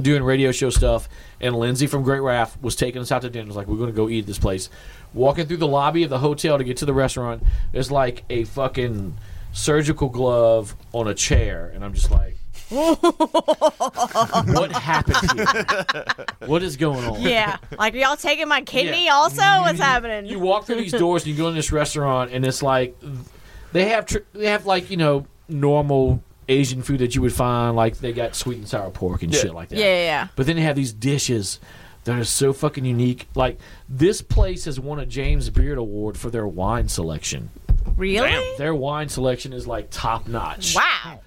[SPEAKER 2] doing radio show stuff, and Lindsay from Great Raft was taking us out to dinner. It's like we're gonna go eat at this place. Walking through the lobby of the hotel to get to the restaurant, there's like a fucking surgical glove on a chair, and I'm just like. what happened here? What is going on?
[SPEAKER 6] Yeah. Like y'all taking my kidney
[SPEAKER 2] Yeah.
[SPEAKER 6] also? What's happening?
[SPEAKER 2] you walk through these doors and you go in this restaurant and it's like they have tr- they have like you know normal Asian food that you would find like they got sweet and sour pork and shit like that.
[SPEAKER 6] yeah, yeah, yeah.
[SPEAKER 2] But then they have these dishes that are so fucking unique. Like this place has won a James Beard Award for their wine selection.
[SPEAKER 6] Really?
[SPEAKER 2] Their wine selection is like top notch
[SPEAKER 6] Wow.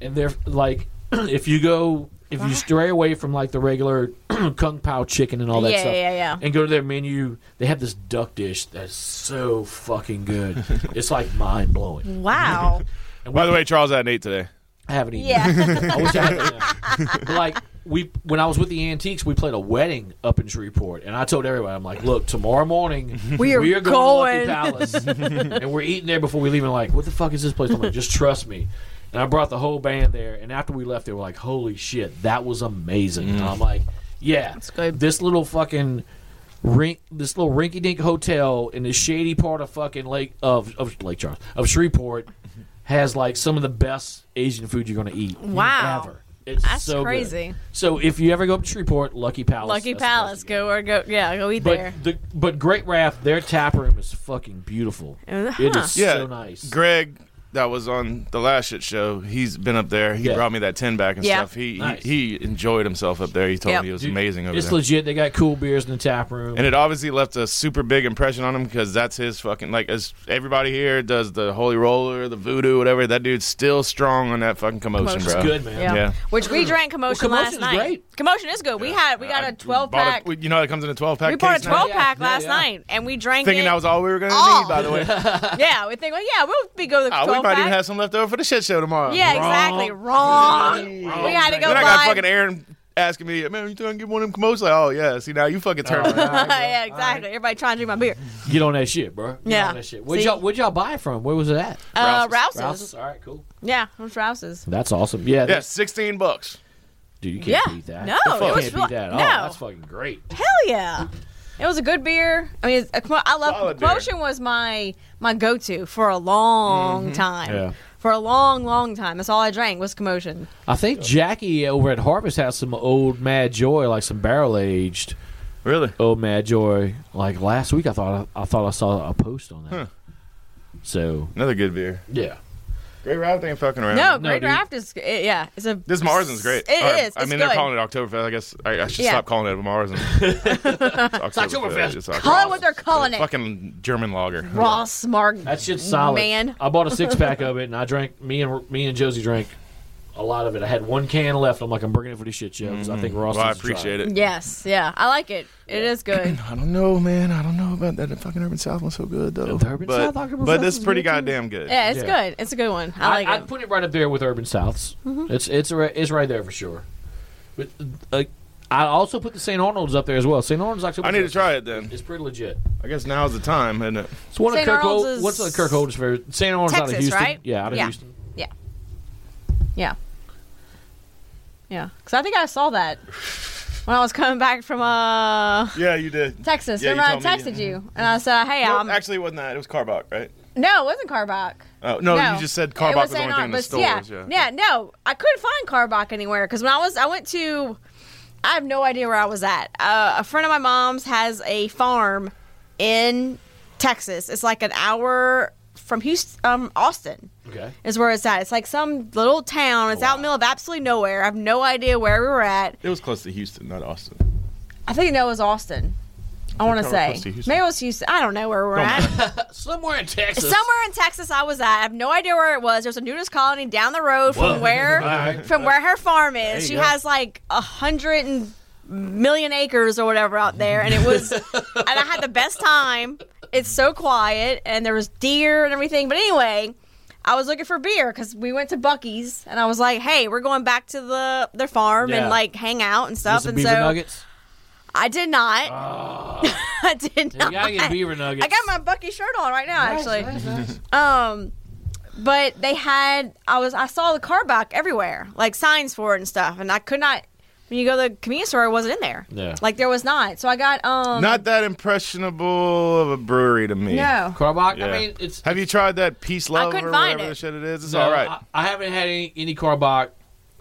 [SPEAKER 2] and they're like if you go if
[SPEAKER 6] Uh-huh.
[SPEAKER 2] you stray away from like the regular kung pao chicken and all that
[SPEAKER 6] Yeah,
[SPEAKER 2] stuff
[SPEAKER 6] yeah, yeah.
[SPEAKER 2] and go to their menu they have this duck dish that's so fucking good it's like mind blowing
[SPEAKER 6] Wow.
[SPEAKER 5] By the way, Charles had an eight today.
[SPEAKER 2] i haven't eaten it.
[SPEAKER 6] yeah.
[SPEAKER 2] i wish i had it. But, like we when i was with the antiques we played a wedding up in shreveport and i told everybody i'm like look tomorrow morning
[SPEAKER 6] We are
[SPEAKER 2] going, to Lucky
[SPEAKER 6] going.
[SPEAKER 2] Palace, and we're eating there before we leave. And like, what the fuck is this place? I'm like, just trust me. And I brought the whole band there. And after we left, they were like, holy shit, that was amazing. And I'm like, yeah,
[SPEAKER 6] good.
[SPEAKER 2] this little fucking rink, this little rinky-dink hotel in the shady part of fucking Lake of, of Lake Charles of Shreveport has like some of the best Asian food you're gonna eat.
[SPEAKER 6] Wow.
[SPEAKER 2] ever. It's
[SPEAKER 6] That's
[SPEAKER 2] so good.
[SPEAKER 6] crazy.
[SPEAKER 2] So if you ever go up to Shreveport, Lucky Palace,
[SPEAKER 6] Lucky
[SPEAKER 2] that's the place to
[SPEAKER 6] Palace. Go or go. Yeah, go eat there.
[SPEAKER 2] but the but Great Raft, their tap room is fucking beautiful.
[SPEAKER 6] Uh,
[SPEAKER 2] It
[SPEAKER 6] huh.
[SPEAKER 2] is
[SPEAKER 5] Yeah,
[SPEAKER 2] so nice.
[SPEAKER 5] Greg that was on the last shit show, he's been up there. He
[SPEAKER 2] Yeah.
[SPEAKER 5] brought me that tin back and
[SPEAKER 6] Yeah.
[SPEAKER 5] stuff. He,
[SPEAKER 2] Nice.
[SPEAKER 5] he he enjoyed himself up there. He told
[SPEAKER 6] Yep.
[SPEAKER 5] me it was
[SPEAKER 2] Dude,
[SPEAKER 5] amazing over
[SPEAKER 2] it's
[SPEAKER 5] there.
[SPEAKER 2] legit. They got cool beers in the tap room.
[SPEAKER 5] and it obviously left a super big impression on him because that's his fucking like. As everybody here does the holy roller, the voodoo, whatever. That dude's still strong on that fucking commotion,
[SPEAKER 6] Commotion's
[SPEAKER 5] bro.
[SPEAKER 2] good, man.
[SPEAKER 6] Yeah.
[SPEAKER 5] Yeah.
[SPEAKER 6] Which we drank commotion last
[SPEAKER 2] Commotion's
[SPEAKER 6] night.
[SPEAKER 2] great.
[SPEAKER 6] Commotion is good. We had we got a
[SPEAKER 5] I
[SPEAKER 6] 12
[SPEAKER 5] bought a-
[SPEAKER 6] pack.
[SPEAKER 5] you know, it comes in a twelve pack.
[SPEAKER 6] we bought a
[SPEAKER 5] case now?
[SPEAKER 6] 12 pack
[SPEAKER 2] Yeah,
[SPEAKER 6] last
[SPEAKER 2] yeah.
[SPEAKER 6] night and we drank
[SPEAKER 5] Thinking
[SPEAKER 6] it.
[SPEAKER 5] that was all we were gonna
[SPEAKER 6] all.
[SPEAKER 5] need. By the way,
[SPEAKER 6] Oh. yeah, we think well, yeah, we'll be go to the
[SPEAKER 5] Ah,
[SPEAKER 6] 12
[SPEAKER 5] we might
[SPEAKER 6] pack.
[SPEAKER 5] even have some left over for the shit show tomorrow.
[SPEAKER 6] yeah, exactly. Wrong. We had to go
[SPEAKER 5] then I
[SPEAKER 6] buy.
[SPEAKER 5] got fucking Aaron asking me, man, you trying to get one of them commotions? Like, oh yeah. See now you fucking turn. around.
[SPEAKER 6] yeah, exactly. Everybody trying to drink my beer.
[SPEAKER 2] Get on that shit, bro. Get
[SPEAKER 6] Yeah.
[SPEAKER 2] on that shit. Where'd
[SPEAKER 6] See?
[SPEAKER 2] y'all, where'd y'all buy from? Where was it at?
[SPEAKER 6] Uh, Rouse's.
[SPEAKER 2] Rouse's. All right, cool.
[SPEAKER 6] Yeah, it was Rouse's.
[SPEAKER 7] That's awesome. Yeah,
[SPEAKER 5] Yeah, sixteen bucks.
[SPEAKER 2] Dude, you can't
[SPEAKER 6] Yeah.
[SPEAKER 2] beat that.
[SPEAKER 6] No,
[SPEAKER 2] You
[SPEAKER 6] it was
[SPEAKER 2] can't
[SPEAKER 6] fu-
[SPEAKER 2] beat that at all.
[SPEAKER 6] no.
[SPEAKER 2] That's fucking great.
[SPEAKER 6] Hell yeah. It was a good beer. I mean, it's a, Cmo- I love
[SPEAKER 5] Solid beer. Mm-hmm.
[SPEAKER 6] Quotient was my my go to for a long time.
[SPEAKER 2] Yeah.
[SPEAKER 6] For a long, long time. That's all I drank was Commotion.
[SPEAKER 2] I think Jackie over at Harvest has some old Mad Joy, like some barrel aged
[SPEAKER 5] Really?
[SPEAKER 2] old Mad Joy. Oh, Like last week, I thought I, I thought I saw a post on that. So
[SPEAKER 5] Another good beer.
[SPEAKER 2] yeah,
[SPEAKER 5] Great Rabbit ain't fucking around.
[SPEAKER 6] No,
[SPEAKER 2] no,
[SPEAKER 6] Great
[SPEAKER 2] dude.
[SPEAKER 6] Raft is it, yeah. It's a
[SPEAKER 5] This Marzin's great.
[SPEAKER 6] It
[SPEAKER 5] Or,
[SPEAKER 6] is.
[SPEAKER 5] I
[SPEAKER 6] It's
[SPEAKER 5] mean,
[SPEAKER 6] good.
[SPEAKER 5] they're calling it Oktoberfest. I guess I, I should
[SPEAKER 6] Yeah.
[SPEAKER 5] stop calling it Marzen. it's
[SPEAKER 2] Oktoberfest.
[SPEAKER 5] It's
[SPEAKER 6] Call it what they're calling it.
[SPEAKER 5] Fucking German lager.
[SPEAKER 6] raw smart.
[SPEAKER 2] that shit's solid.
[SPEAKER 6] Man,
[SPEAKER 2] I bought a six pack of it, and I drank. Me and me and Josie drank a lot of it. I had one can left. I'm like, I'm bringing it for this shit show 'cause I think Ross.
[SPEAKER 5] Mm-hmm. Well, I appreciate it.
[SPEAKER 6] yes, yeah, I like it. It is good.
[SPEAKER 5] I don't know, man. I don't know about that. The fucking Urban South one's so good, though.
[SPEAKER 2] The Urban
[SPEAKER 5] but,
[SPEAKER 2] South Oktoberfest
[SPEAKER 5] But this
[SPEAKER 2] is
[SPEAKER 5] is pretty
[SPEAKER 2] good, too.
[SPEAKER 5] goddamn good.
[SPEAKER 6] Yeah, it's
[SPEAKER 2] Yeah.
[SPEAKER 6] good. It's a good one. I
[SPEAKER 2] I
[SPEAKER 6] like
[SPEAKER 2] I,
[SPEAKER 6] it. Mm-hmm.
[SPEAKER 2] would put it right up there with Urban Souths. It's it's ri- it's right there for sure. But uh, I also put the St. Arnold's up there as well. St. Arnold's actually.
[SPEAKER 5] I need to try it then.
[SPEAKER 2] It's pretty legit.
[SPEAKER 5] I guess now's the time, isn't it?
[SPEAKER 2] It's one
[SPEAKER 6] St.
[SPEAKER 2] of Kirk
[SPEAKER 6] Arnold's
[SPEAKER 2] Hol-
[SPEAKER 6] is-
[SPEAKER 2] What's the Kirk Holder's favorite? St. Arnold's out of
[SPEAKER 6] Texas,
[SPEAKER 2] Houston,
[SPEAKER 6] right?
[SPEAKER 2] Yeah, out of
[SPEAKER 6] Yeah.
[SPEAKER 2] Houston.
[SPEAKER 6] Yeah. Yeah. Because I think I saw that when I was coming back from uh,
[SPEAKER 5] Yeah, you did.
[SPEAKER 6] Texas.
[SPEAKER 5] Yeah, you
[SPEAKER 6] Remember, I
[SPEAKER 5] told me.
[SPEAKER 6] texted you Um, and I said, hey,
[SPEAKER 5] No,
[SPEAKER 6] I'm.
[SPEAKER 5] actually, it wasn't that. It was Carbach, right?
[SPEAKER 6] no, it wasn't Carbach.
[SPEAKER 5] Oh, no,
[SPEAKER 6] no,
[SPEAKER 5] you just said
[SPEAKER 6] It
[SPEAKER 5] Carbach was the
[SPEAKER 6] Saint
[SPEAKER 5] only thing in the
[SPEAKER 6] Arnold's,
[SPEAKER 5] stores.
[SPEAKER 6] but Yeah, yeah, no, I couldn't find Carbach anywhere because when I was, I went to, I have no idea where I was at. Uh, a friend of my mom's has a farm in Texas. It's like an hour from Houston, um, Austin.
[SPEAKER 2] Okay.
[SPEAKER 6] is where it's at. It's like some little town. It's out in the middle of absolutely nowhere. I have no idea where we were at.
[SPEAKER 5] It was close to Houston, not Austin.
[SPEAKER 6] I think no, it was Austin. I want to
[SPEAKER 5] kinda
[SPEAKER 6] say
[SPEAKER 5] close to Houston.
[SPEAKER 6] maybe it was Houston. I don't know where we were at.
[SPEAKER 2] Somewhere in Texas.
[SPEAKER 6] Somewhere in Texas, I was at. I have no idea where it was. There's a nudist colony down the road from where from where her farm is. She
[SPEAKER 5] go.
[SPEAKER 6] has like a hundred and million acres or whatever out there, and it was. and I had the best time. It's so quiet, and there was deer and everything. But anyway. I was looking for beer because we went to Bucky's and I was like, "Hey, we're going back to the their farm
[SPEAKER 2] Yeah.
[SPEAKER 6] and like hang out and
[SPEAKER 2] Get
[SPEAKER 6] stuff."
[SPEAKER 2] some
[SPEAKER 6] And
[SPEAKER 2] beaver
[SPEAKER 6] so
[SPEAKER 2] nuggets.
[SPEAKER 6] I did not.
[SPEAKER 2] Ah.
[SPEAKER 6] I did
[SPEAKER 2] You
[SPEAKER 6] not.
[SPEAKER 2] gotta get beaver nuggets.
[SPEAKER 6] I got my Bucky shirt on right now, actually. Um, but they had I was I saw the car back everywhere, like signs for it and stuff, and I could not. When you go to the convenience store, it wasn't in there.
[SPEAKER 2] Yeah.
[SPEAKER 6] like there was not. So I got um.
[SPEAKER 5] Not that impressionable of a brewery to me.
[SPEAKER 6] no.
[SPEAKER 2] Carbach.
[SPEAKER 5] Yeah.
[SPEAKER 2] I mean, it's.
[SPEAKER 5] Have you tried that Peace Love
[SPEAKER 6] couldn't
[SPEAKER 5] or
[SPEAKER 6] find
[SPEAKER 5] whatever the
[SPEAKER 6] it.
[SPEAKER 5] shit it is? It's
[SPEAKER 2] No,
[SPEAKER 5] all right.
[SPEAKER 2] I, I haven't had any any Carbach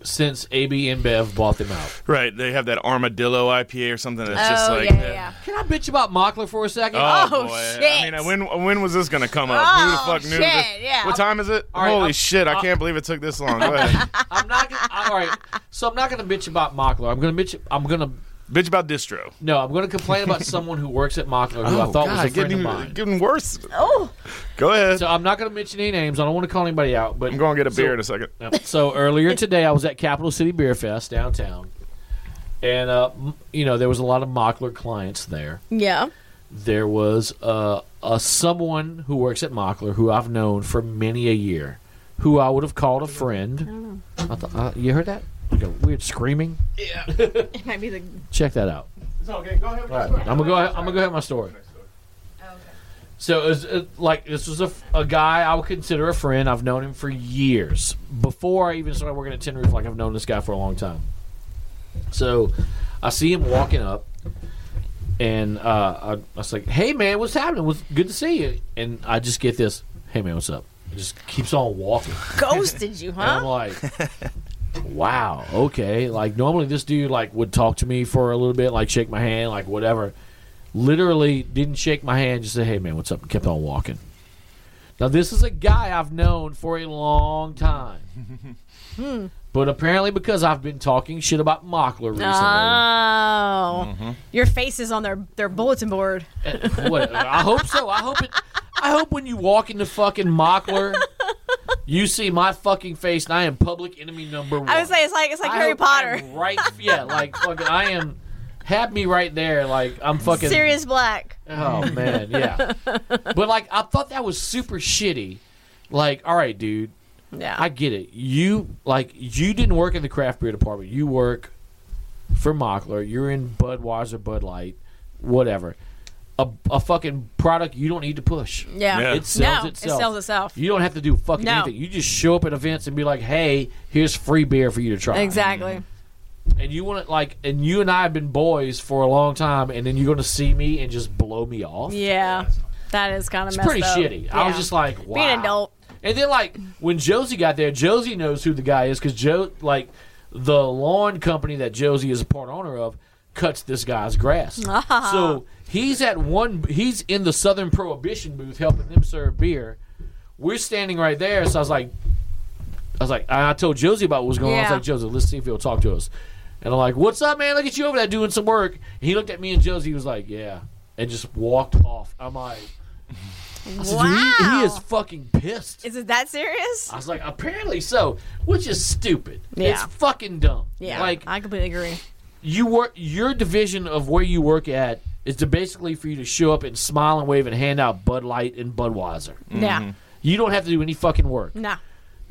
[SPEAKER 2] since AB and Bev bought them out.
[SPEAKER 5] right. They have that Armadillo IPA or something that's just
[SPEAKER 6] oh
[SPEAKER 5] like.
[SPEAKER 6] yeah, yeah, yeah.
[SPEAKER 2] Can I bitch about Mockler for a second?
[SPEAKER 5] Oh,
[SPEAKER 6] Oh,
[SPEAKER 5] boy.
[SPEAKER 6] shit.
[SPEAKER 5] I mean, when when was this going to come up? Who the
[SPEAKER 6] Oh,
[SPEAKER 5] fuck knew
[SPEAKER 6] shit,
[SPEAKER 5] this?
[SPEAKER 6] yeah.
[SPEAKER 5] What time is it?
[SPEAKER 2] All right,
[SPEAKER 5] Holy
[SPEAKER 2] I'm-
[SPEAKER 5] shit! I
[SPEAKER 2] uh,
[SPEAKER 5] can't believe it took this long. Go ahead.
[SPEAKER 2] I'm not. Gonna, I, all right. So I'm not gonna bitch about Mockler. I'm gonna bitch. I'm gonna.
[SPEAKER 5] Bitch about distro.
[SPEAKER 2] No, I'm gonna complain about someone who works at Mockler who
[SPEAKER 5] Oh,
[SPEAKER 2] I thought was a friend
[SPEAKER 5] getting,
[SPEAKER 2] of mine.
[SPEAKER 5] getting worse.
[SPEAKER 6] Oh,
[SPEAKER 5] Go ahead.
[SPEAKER 2] So I'm not gonna mention any names. I don't want to call anybody out. But
[SPEAKER 5] I'm going to get a
[SPEAKER 2] so- uh,
[SPEAKER 5] beer in a second.
[SPEAKER 2] Yep. so earlier today, I was at Capital City Beer Fest downtown, and uh, m- you know there was a lot of Mockler clients there.
[SPEAKER 6] yeah.
[SPEAKER 2] There was uh, a someone who works at Mockler who I've known for many a year, who I would have called a friend. I thought, uh, you heard that? Like a weird screaming.
[SPEAKER 6] It might be the.
[SPEAKER 2] Check that out.
[SPEAKER 5] okay. Go
[SPEAKER 2] All
[SPEAKER 5] ahead.
[SPEAKER 2] right, I'm gonna go. Ahead, I'm gonna go ahead with my story. So it was, uh, like this was a, f- a guy I would consider a friend. I've known him for years before I even started working at Tin Roof. Like I've known this guy for a long time. So I see him walking up, and uh, I, I was like, "Hey man, what's happening? Was good to see you." And I just get this, "Hey man, what's up?" It just keeps on walking.
[SPEAKER 6] Ghosted you,
[SPEAKER 2] And I'm
[SPEAKER 6] huh?
[SPEAKER 2] like, wow, okay. Like normally this dude like would talk to me for a little bit, like shake my hand, like whatever. Literally didn't shake my hand, just said, "Hey man, what's up?" and kept on walking. Now, this is a guy I've known for a long time.
[SPEAKER 6] Hmm.
[SPEAKER 2] But apparently, because I've been talking shit about Mockler recently,
[SPEAKER 6] Ah. Oh,
[SPEAKER 2] Mm-hmm.
[SPEAKER 6] your face is on their their bulletin board.
[SPEAKER 2] What- I hope so. I hope it. I hope when you walk into fucking Mockler, you see my fucking face, and I am public enemy number one.
[SPEAKER 6] I would say it's like it's like
[SPEAKER 2] I
[SPEAKER 6] Harry
[SPEAKER 2] hope I'm
[SPEAKER 6] Potter,
[SPEAKER 2] right? Yeah, like fucking. I am. Have me right there, like I'm fucking.
[SPEAKER 6] Sirius Black.
[SPEAKER 2] Oh man, yeah. but like, I thought that was super shitty. Like, all right, dude,
[SPEAKER 6] Yeah,
[SPEAKER 2] I get it. You like you didn't work in the craft beer department. You work for Mockler. You're in Budweiser, Bud Light, whatever. A, a fucking product you don't need to push.
[SPEAKER 6] yeah.
[SPEAKER 5] Yeah.
[SPEAKER 2] It sells
[SPEAKER 6] no,
[SPEAKER 2] itself.
[SPEAKER 6] it sells itself.
[SPEAKER 2] You don't have to do fucking
[SPEAKER 6] No.
[SPEAKER 2] anything. You just show up at events and be like, "Hey, here's free beer for you to try."
[SPEAKER 6] Exactly.
[SPEAKER 2] And you want to like, and you and I have been boys for a long time, and then you're going to see me and just blow me off.
[SPEAKER 6] Yeah, that is kind of
[SPEAKER 2] It's
[SPEAKER 6] messed
[SPEAKER 2] pretty
[SPEAKER 6] up.
[SPEAKER 2] shitty. I was
[SPEAKER 6] Yeah.
[SPEAKER 2] just like, wow.
[SPEAKER 6] Being an adult.
[SPEAKER 2] And then like when Josie got there, Josie knows who the guy is because Joe like the lawn company that Josie is a part owner of cuts this guy's grass.
[SPEAKER 6] Ah.
[SPEAKER 2] so he's at one. He's in the Southern Prohibition booth helping them serve beer. We're standing right there, so I was like, I was like, I told Josie about what was going on. I was
[SPEAKER 6] Yeah.
[SPEAKER 2] like, Josie, let's see if he'll talk to us. And I'm like, what's up, man? Look at you over there doing some work. And he looked at me and Josie was like, yeah, and just walked off. I'm like, I said,
[SPEAKER 6] Wow.
[SPEAKER 2] "Dude, he, he is fucking pissed.
[SPEAKER 6] Is it that serious?
[SPEAKER 2] I was like, apparently so, which is stupid. It's
[SPEAKER 6] Yeah.
[SPEAKER 2] fucking dumb.
[SPEAKER 6] Yeah,
[SPEAKER 2] Like
[SPEAKER 6] I completely agree.
[SPEAKER 2] you work your division of where you work at is to basically for you to show up and smile and wave and hand out Bud Light and Budweiser.
[SPEAKER 6] Mm. Yeah,
[SPEAKER 2] You don't have to do any fucking work.
[SPEAKER 6] nah.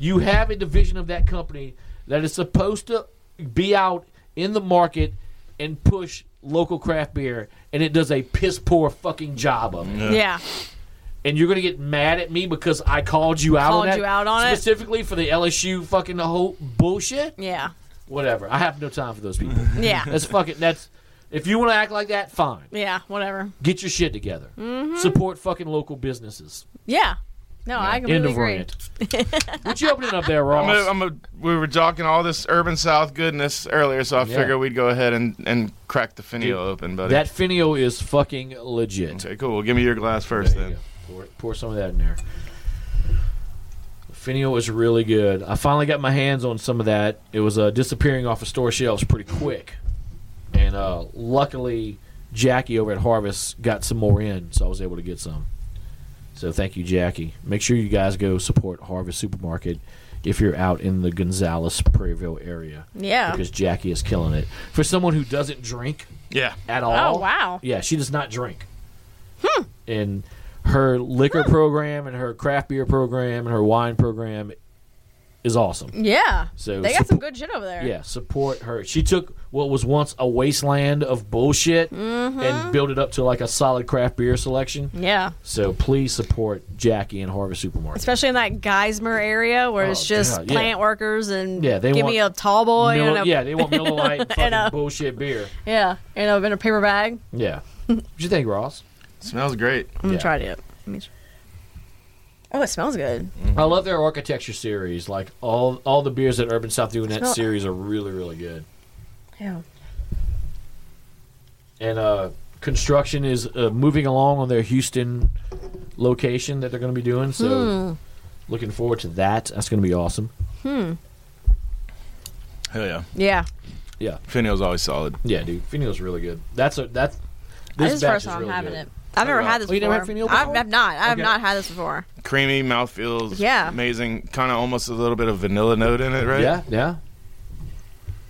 [SPEAKER 2] You have a division of that company that is supposed to be out in the market and push local craft beer and it does a piss poor fucking job of it
[SPEAKER 6] Yeah.
[SPEAKER 2] and you're gonna get mad at me because I called you out
[SPEAKER 6] Called
[SPEAKER 2] on that
[SPEAKER 6] you out on it?
[SPEAKER 2] specifically for the LSU fucking whole bullshit.
[SPEAKER 6] Yeah.
[SPEAKER 2] Whatever. I have no time for those people.
[SPEAKER 6] Yeah.
[SPEAKER 2] that's fucking. That's if you want to act like that, fine.
[SPEAKER 6] Yeah. Whatever.
[SPEAKER 2] Get your shit together.
[SPEAKER 6] Mm-hmm.
[SPEAKER 2] Support fucking local businesses.
[SPEAKER 6] Yeah. No, I
[SPEAKER 2] End
[SPEAKER 6] completely
[SPEAKER 2] of
[SPEAKER 6] agree.
[SPEAKER 2] rant. what you opening up there, Ross?
[SPEAKER 5] I'm a, I'm a, we were talking all this urban South goodness earlier, so I
[SPEAKER 2] Yeah.
[SPEAKER 5] figured we'd go ahead and, and crack the finial open, buddy.
[SPEAKER 2] that Finio is fucking legit.
[SPEAKER 5] okay, cool. Well, give me your glass first,
[SPEAKER 2] There you
[SPEAKER 5] then.
[SPEAKER 2] go. Pour, pour some of that in there. Finio is really good. I finally got my hands on some of that. It was uh, disappearing off of store shelves pretty quick, and uh, luckily Jackie over at Harvest got some more in, so I was able to get some. So thank you, Jackie. Make sure you guys go support Harvest Supermarket if you're out in the Gonzales Prairieville area
[SPEAKER 6] Yeah.
[SPEAKER 2] because Jackie is killing it. For someone who doesn't drink
[SPEAKER 5] Yeah.
[SPEAKER 2] at all,
[SPEAKER 6] Oh wow. Hmm.
[SPEAKER 2] yeah, she does not drink. And her liquor program and her craft beer program and her wine program is awesome.
[SPEAKER 6] Yeah.
[SPEAKER 2] So
[SPEAKER 6] they got
[SPEAKER 2] suppo-
[SPEAKER 6] some good shit over there.
[SPEAKER 2] Yeah, support her. She took what was once a wasteland of bullshit
[SPEAKER 6] Mm-hmm.
[SPEAKER 2] and built it up to like a solid craft beer selection.
[SPEAKER 6] Yeah.
[SPEAKER 2] So please support Jackie and Harvest Supermarket.
[SPEAKER 6] Especially in that Geismar area where
[SPEAKER 2] Oh,
[SPEAKER 6] it's just
[SPEAKER 2] God, yeah.
[SPEAKER 6] plant workers and
[SPEAKER 2] Yeah, they
[SPEAKER 6] give
[SPEAKER 2] want
[SPEAKER 6] me a tall boy
[SPEAKER 2] Miller-
[SPEAKER 6] and a
[SPEAKER 2] yeah, they want Miller Lite and fucking
[SPEAKER 6] And a-
[SPEAKER 2] bullshit beer.
[SPEAKER 6] yeah and a, in a paper bag.
[SPEAKER 2] Yeah. what you think, Ross?
[SPEAKER 5] Smells great.
[SPEAKER 2] Yeah.
[SPEAKER 6] I'm gonna try it. Let me try- Oh, it smells good.
[SPEAKER 2] I love their architecture series. Like all all the beers that Urban South do in that
[SPEAKER 6] Smell-
[SPEAKER 2] series are really really good.
[SPEAKER 6] Yeah.
[SPEAKER 2] and uh, construction is uh, moving along on their Houston location that they're going to be doing. So,
[SPEAKER 6] Hmm.
[SPEAKER 2] looking forward to that. That's going to be awesome.
[SPEAKER 5] Hell yeah.
[SPEAKER 6] Yeah.
[SPEAKER 5] Finial's always solid.
[SPEAKER 2] Yeah, dude, Finial's really good. That's a that's
[SPEAKER 6] This,
[SPEAKER 2] this
[SPEAKER 6] is the
[SPEAKER 2] batch
[SPEAKER 6] first
[SPEAKER 2] is
[SPEAKER 6] time
[SPEAKER 2] really
[SPEAKER 6] I'm having
[SPEAKER 2] good.
[SPEAKER 6] it. I've never had this
[SPEAKER 2] Oh, you never
[SPEAKER 6] before.
[SPEAKER 2] had finial
[SPEAKER 6] I've,
[SPEAKER 2] before?
[SPEAKER 6] I've not. I have
[SPEAKER 2] Okay.
[SPEAKER 6] not had this before.
[SPEAKER 5] Creamy mouth feels
[SPEAKER 6] Yeah.
[SPEAKER 5] amazing. Kind of almost a little bit of vanilla note in it, right?
[SPEAKER 2] Yeah, yeah.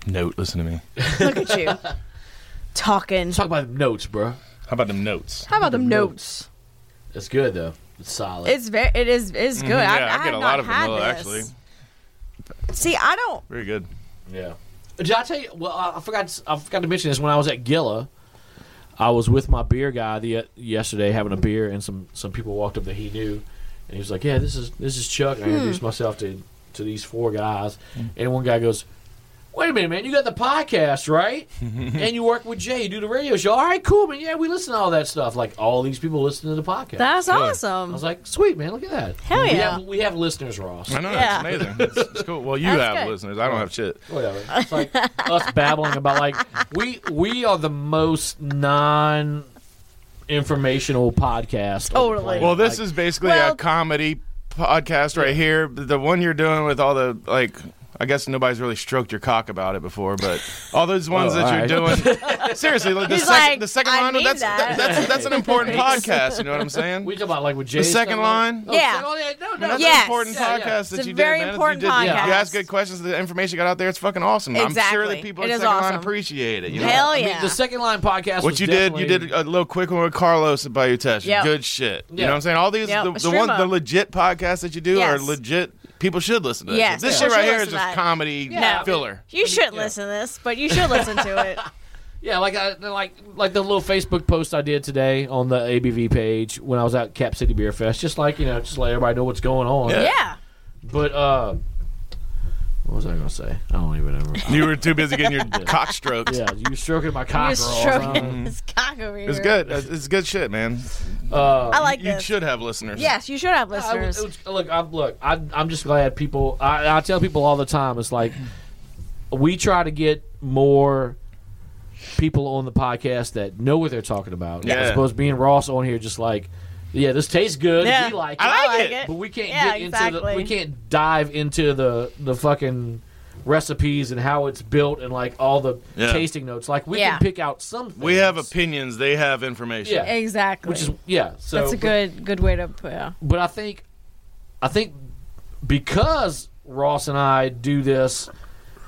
[SPEAKER 5] Note, listen to me.
[SPEAKER 6] Look at you. Talking.
[SPEAKER 2] Let's talk about the notes, bro.
[SPEAKER 5] How about them notes?
[SPEAKER 6] How about them
[SPEAKER 2] notes.
[SPEAKER 6] notes?
[SPEAKER 2] It's good though. It's solid.
[SPEAKER 6] It's very. It is. It is good.
[SPEAKER 5] Mhm,
[SPEAKER 6] I,
[SPEAKER 5] yeah, I
[SPEAKER 6] I
[SPEAKER 5] get
[SPEAKER 6] have
[SPEAKER 5] a
[SPEAKER 6] not
[SPEAKER 5] lot of
[SPEAKER 6] had
[SPEAKER 5] vanilla,
[SPEAKER 6] this.
[SPEAKER 5] actually.
[SPEAKER 6] See, I don't.
[SPEAKER 5] Very good.
[SPEAKER 2] Yeah. Did I tell you? Well, I I forgot. I forgot to mention this. When I was at Gila, I was with my beer guy the yesterday having a beer, and some some people walked up that he knew, and he was like, "Yeah, this is this is Chuck." And
[SPEAKER 6] Hmm.
[SPEAKER 2] I introduced myself to to these four guys, and one guy goes. Wait a minute, man! You got the podcast right, and you work with Jay. You do the radio show. All right, cool, man. Yeah, we listen to all that stuff. Like all these people listen to the podcast.
[SPEAKER 6] That's
[SPEAKER 2] I
[SPEAKER 6] awesome.
[SPEAKER 2] was like, sweet, man. Look at that.
[SPEAKER 6] Hell
[SPEAKER 2] we
[SPEAKER 6] yeah.
[SPEAKER 2] Have, we have listeners, Ross.
[SPEAKER 5] I know.
[SPEAKER 6] Yeah.
[SPEAKER 5] It's amazing. It's, it's cool. Well, you
[SPEAKER 6] That's
[SPEAKER 5] have
[SPEAKER 6] good.
[SPEAKER 5] listeners. I don't have shit.
[SPEAKER 2] whatever. It's like us babbling about like we we are the most non informational podcast. on the
[SPEAKER 6] Totally.
[SPEAKER 2] planet.
[SPEAKER 5] Well, this
[SPEAKER 2] Like,
[SPEAKER 5] is basically a
[SPEAKER 6] Well-
[SPEAKER 5] comedy podcast right here, the one you're doing with all the like. I guess nobody's really stroked your cock about it before, but all those ones
[SPEAKER 7] Oh,
[SPEAKER 5] that you're
[SPEAKER 7] all
[SPEAKER 5] doing. seriously, like, the,
[SPEAKER 6] He's
[SPEAKER 5] second,
[SPEAKER 6] like,
[SPEAKER 5] the second
[SPEAKER 6] "I
[SPEAKER 5] line,
[SPEAKER 6] need
[SPEAKER 5] that's,
[SPEAKER 6] that."
[SPEAKER 5] that's that's an important podcast. You know what I'm saying?
[SPEAKER 2] We talk about like with Jay.
[SPEAKER 5] the second line.
[SPEAKER 2] Oh,
[SPEAKER 6] Yeah.
[SPEAKER 2] second line? No, no,
[SPEAKER 5] That's
[SPEAKER 2] no.
[SPEAKER 6] Yeah.
[SPEAKER 5] an
[SPEAKER 6] Yes.
[SPEAKER 5] important
[SPEAKER 2] Yeah,
[SPEAKER 5] podcast
[SPEAKER 2] yeah.
[SPEAKER 5] that
[SPEAKER 6] It's a
[SPEAKER 5] you did,
[SPEAKER 6] very
[SPEAKER 5] man. If
[SPEAKER 6] important
[SPEAKER 5] you, did,
[SPEAKER 6] podcast.
[SPEAKER 5] you asked good questions. The information got out there. It's fucking awesome. I'm sure
[SPEAKER 6] Exactly.
[SPEAKER 5] that people
[SPEAKER 6] It
[SPEAKER 5] in
[SPEAKER 6] is
[SPEAKER 5] second line
[SPEAKER 6] awesome.
[SPEAKER 5] appreciate it. You know?
[SPEAKER 6] Hell
[SPEAKER 2] I mean,
[SPEAKER 6] yeah.
[SPEAKER 2] the second line podcast.
[SPEAKER 5] What
[SPEAKER 2] was
[SPEAKER 5] you did, you
[SPEAKER 2] definitely-
[SPEAKER 5] did a little quick one with Carlos at Bayou Tesh.
[SPEAKER 6] Yep.
[SPEAKER 5] Good shit. You
[SPEAKER 2] Yeah.
[SPEAKER 5] know what I'm saying? All these,
[SPEAKER 6] Yep.
[SPEAKER 5] the, the
[SPEAKER 6] Stream
[SPEAKER 5] ones, the
[SPEAKER 6] up.
[SPEAKER 5] legit podcasts that you do
[SPEAKER 6] Yes.
[SPEAKER 5] are legit. People should listen to this.
[SPEAKER 6] Yes,
[SPEAKER 5] This
[SPEAKER 6] people
[SPEAKER 5] shit right here
[SPEAKER 6] should
[SPEAKER 5] is
[SPEAKER 6] listen to
[SPEAKER 5] just
[SPEAKER 6] that.
[SPEAKER 5] comedy
[SPEAKER 2] Yeah.
[SPEAKER 5] filler.
[SPEAKER 6] You shouldn't listen to this, but you should listen to it.
[SPEAKER 2] Yeah, like I, like like the little Facebook post I did today on the ABV page when I was at Cap City Beer Fest. Just like you know, just let everybody know what's going on.
[SPEAKER 5] Yeah.
[SPEAKER 6] yeah.
[SPEAKER 2] But uh, what was I gonna say? I don't even remember.
[SPEAKER 5] You were too busy getting your cock stroked.
[SPEAKER 2] yeah, you stroking my cock.
[SPEAKER 6] You're
[SPEAKER 2] girl.
[SPEAKER 6] stroking his cock over here.
[SPEAKER 5] It's good. It's it's good shit, man.
[SPEAKER 2] Uh,
[SPEAKER 6] I like
[SPEAKER 5] you
[SPEAKER 6] this.
[SPEAKER 5] should have listeners.
[SPEAKER 6] Yes, you should have
[SPEAKER 2] I would-
[SPEAKER 6] listeners.
[SPEAKER 2] it was- look, I'm, look, I, I'm just glad people. I, I tell people all the time, it's like we try to get more people on the podcast that know what they're talking about.
[SPEAKER 5] Yeah.
[SPEAKER 2] I suppose being Ross on here, just like, yeah, this tastes good.
[SPEAKER 6] Yeah.
[SPEAKER 2] We like it,
[SPEAKER 5] I like it.
[SPEAKER 2] but we can't
[SPEAKER 6] Yeah,
[SPEAKER 2] get into the,
[SPEAKER 6] exactly.
[SPEAKER 2] we can't dive into the the fucking recipes and how it's built and like all the
[SPEAKER 5] Yeah.
[SPEAKER 2] tasting notes. Like we
[SPEAKER 6] Yeah.
[SPEAKER 2] can pick out some. Things,
[SPEAKER 5] We have opinions. They have information.
[SPEAKER 2] Yeah.
[SPEAKER 6] exactly.
[SPEAKER 2] which is yeah. So
[SPEAKER 6] That's a good good way to put. Yeah.
[SPEAKER 2] but I think, I think because Ross and I do this,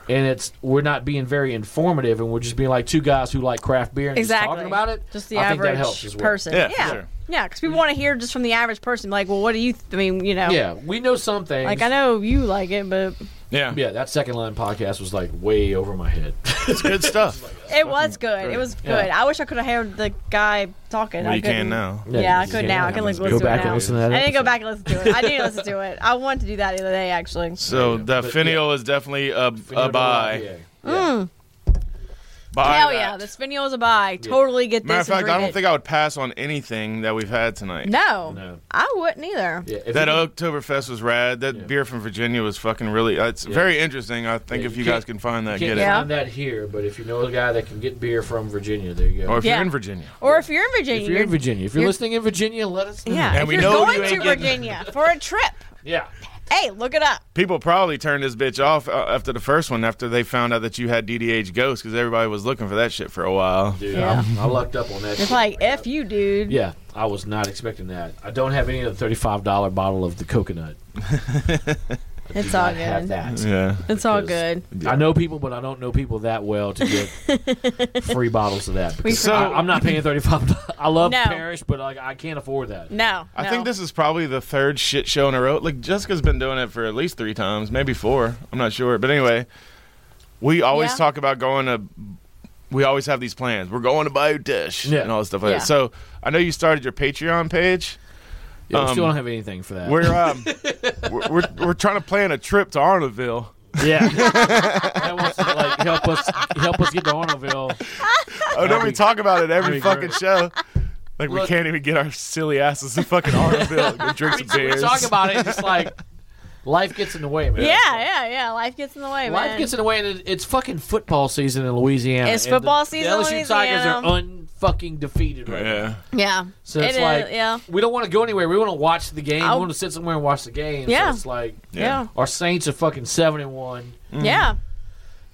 [SPEAKER 2] and it's we're not being very informative, and we're just being like two guys who like craft beer and
[SPEAKER 6] Exactly.
[SPEAKER 2] just talking about it.
[SPEAKER 6] Just the
[SPEAKER 2] I think
[SPEAKER 6] average
[SPEAKER 2] that helps as well.
[SPEAKER 6] person.
[SPEAKER 5] Yeah,
[SPEAKER 6] Yeah.
[SPEAKER 5] for sure.
[SPEAKER 6] Yeah, because people want to hear just from the average person. Like, well, what do you? Th- I mean, you know.
[SPEAKER 2] Yeah, we know some things.
[SPEAKER 6] Like I know you like it, but
[SPEAKER 5] Yeah.
[SPEAKER 2] Yeah, that second line podcast was like way over my head.
[SPEAKER 5] It's good stuff.
[SPEAKER 6] it was good. It was
[SPEAKER 2] Yeah.
[SPEAKER 6] good. I wish I could have heard the guy talking.
[SPEAKER 5] well,
[SPEAKER 6] I
[SPEAKER 5] you can
[SPEAKER 6] couldn't.
[SPEAKER 5] now.
[SPEAKER 6] Yeah, I could now. I can listen
[SPEAKER 2] Go
[SPEAKER 6] to
[SPEAKER 2] back
[SPEAKER 6] it
[SPEAKER 2] and
[SPEAKER 6] now.
[SPEAKER 2] listen to that
[SPEAKER 6] I didn't go
[SPEAKER 2] episode.
[SPEAKER 6] back and listen to it. I didn't listen to it. I wanted to do that the other day, actually.
[SPEAKER 5] So the finial is definitely a, a buy.
[SPEAKER 2] Yeah.
[SPEAKER 5] Buy
[SPEAKER 6] Hell
[SPEAKER 5] that.
[SPEAKER 6] yeah, the spinio is a buy. Totally get this.
[SPEAKER 5] Matter of
[SPEAKER 6] and
[SPEAKER 5] fact,
[SPEAKER 6] drink
[SPEAKER 5] I don't
[SPEAKER 6] it.
[SPEAKER 5] think I would pass on anything that we've had tonight.
[SPEAKER 6] No,
[SPEAKER 2] No.
[SPEAKER 6] I wouldn't either.
[SPEAKER 2] Yeah, if
[SPEAKER 5] That
[SPEAKER 2] you-
[SPEAKER 5] Oktoberfest was rad. That beer from Virginia was fucking really. uh, It's very interesting. I think
[SPEAKER 2] Yeah,
[SPEAKER 5] if
[SPEAKER 2] you
[SPEAKER 5] you guys
[SPEAKER 2] can't-
[SPEAKER 5] can find that,
[SPEAKER 2] you can't
[SPEAKER 5] get it.
[SPEAKER 6] Yeah.
[SPEAKER 2] find that here, but if you know a guy that can get beer from Virginia, there you go.
[SPEAKER 5] Or if
[SPEAKER 6] Yeah.
[SPEAKER 5] you're in Virginia,
[SPEAKER 6] Or if you're in Virginia,
[SPEAKER 2] if you're in Virginia, if you're,
[SPEAKER 6] you're-
[SPEAKER 2] listening in Virginia, let us know.
[SPEAKER 6] yeah,
[SPEAKER 5] And
[SPEAKER 6] if
[SPEAKER 5] we
[SPEAKER 6] you're
[SPEAKER 5] know
[SPEAKER 6] going
[SPEAKER 5] you ain't
[SPEAKER 6] to
[SPEAKER 5] getting-
[SPEAKER 6] Virginia for a trip,
[SPEAKER 2] yeah.
[SPEAKER 6] hey, look it up.
[SPEAKER 5] people probably turned this bitch off uh, after the first one after they found out that you had DDH Ghost because everybody was looking for that shit for a while.
[SPEAKER 2] Dude,
[SPEAKER 6] Yeah.
[SPEAKER 2] I, I lucked up on that.
[SPEAKER 6] It's
[SPEAKER 2] shit.
[SPEAKER 6] like f you, dude.
[SPEAKER 2] Yeah, I was not expecting that. I don't have any of the thirty-five dollar bottle of the coconut.
[SPEAKER 6] it's
[SPEAKER 2] I
[SPEAKER 6] all
[SPEAKER 2] have
[SPEAKER 6] good.
[SPEAKER 2] that.
[SPEAKER 5] Yeah,
[SPEAKER 6] It's all
[SPEAKER 2] Because
[SPEAKER 6] good.
[SPEAKER 2] I know people, but I don't know people that well to get free bottles of that. Because
[SPEAKER 5] So-
[SPEAKER 2] I, am not paying thirty-five. dollars I love
[SPEAKER 6] No.
[SPEAKER 2] Parish, but like I can't afford that.
[SPEAKER 6] No,
[SPEAKER 5] I
[SPEAKER 6] no.
[SPEAKER 5] think this is probably the third shit show in a row. Like Jessica's been doing it for at least three times, maybe four. I'm not sure, but anyway, we always
[SPEAKER 6] Yeah.
[SPEAKER 5] talk about going to. We always have these plans. We're going to Bayou Dish
[SPEAKER 2] Yeah.
[SPEAKER 5] and all this stuff like
[SPEAKER 6] Yeah.
[SPEAKER 5] that. So I know you started your Patreon page.
[SPEAKER 2] Yeah, we
[SPEAKER 5] Um,
[SPEAKER 2] still don't have anything for that.
[SPEAKER 5] We're um, we're, we're we're trying to plan a trip to Oh, Arnaville.
[SPEAKER 2] yeah, that wants to like help us help us get to Arnoville.
[SPEAKER 5] Oh, don't we talk about it every
[SPEAKER 2] that'd be
[SPEAKER 5] fucking
[SPEAKER 2] great.
[SPEAKER 5] show? Like we
[SPEAKER 2] Look-
[SPEAKER 5] can't even get our silly asses to fucking Arnaville and drink some
[SPEAKER 2] We
[SPEAKER 5] beers.
[SPEAKER 2] talk about it. It's like life gets in the way, man.
[SPEAKER 6] Yeah, yeah, yeah. Life gets in the way,
[SPEAKER 2] Life
[SPEAKER 6] man.
[SPEAKER 2] gets in the way, and it, it's fucking football season in Louisiana.
[SPEAKER 6] It's
[SPEAKER 2] and the-
[SPEAKER 6] football season
[SPEAKER 2] The
[SPEAKER 6] in
[SPEAKER 2] LSU Tigers are
[SPEAKER 6] Louisiana.
[SPEAKER 2] unfucking defeated right now.
[SPEAKER 5] yeah.
[SPEAKER 6] yeah.
[SPEAKER 2] So it's
[SPEAKER 6] It is,
[SPEAKER 2] like
[SPEAKER 6] yeah.
[SPEAKER 2] we don't want to go anywhere. We want to watch the game.
[SPEAKER 6] I'll-
[SPEAKER 2] we want to sit somewhere and watch the game. So
[SPEAKER 6] Yeah.
[SPEAKER 2] it's like
[SPEAKER 6] Yeah.
[SPEAKER 2] our Saints are fucking seven and one.
[SPEAKER 5] Mm-hmm.
[SPEAKER 6] Yeah.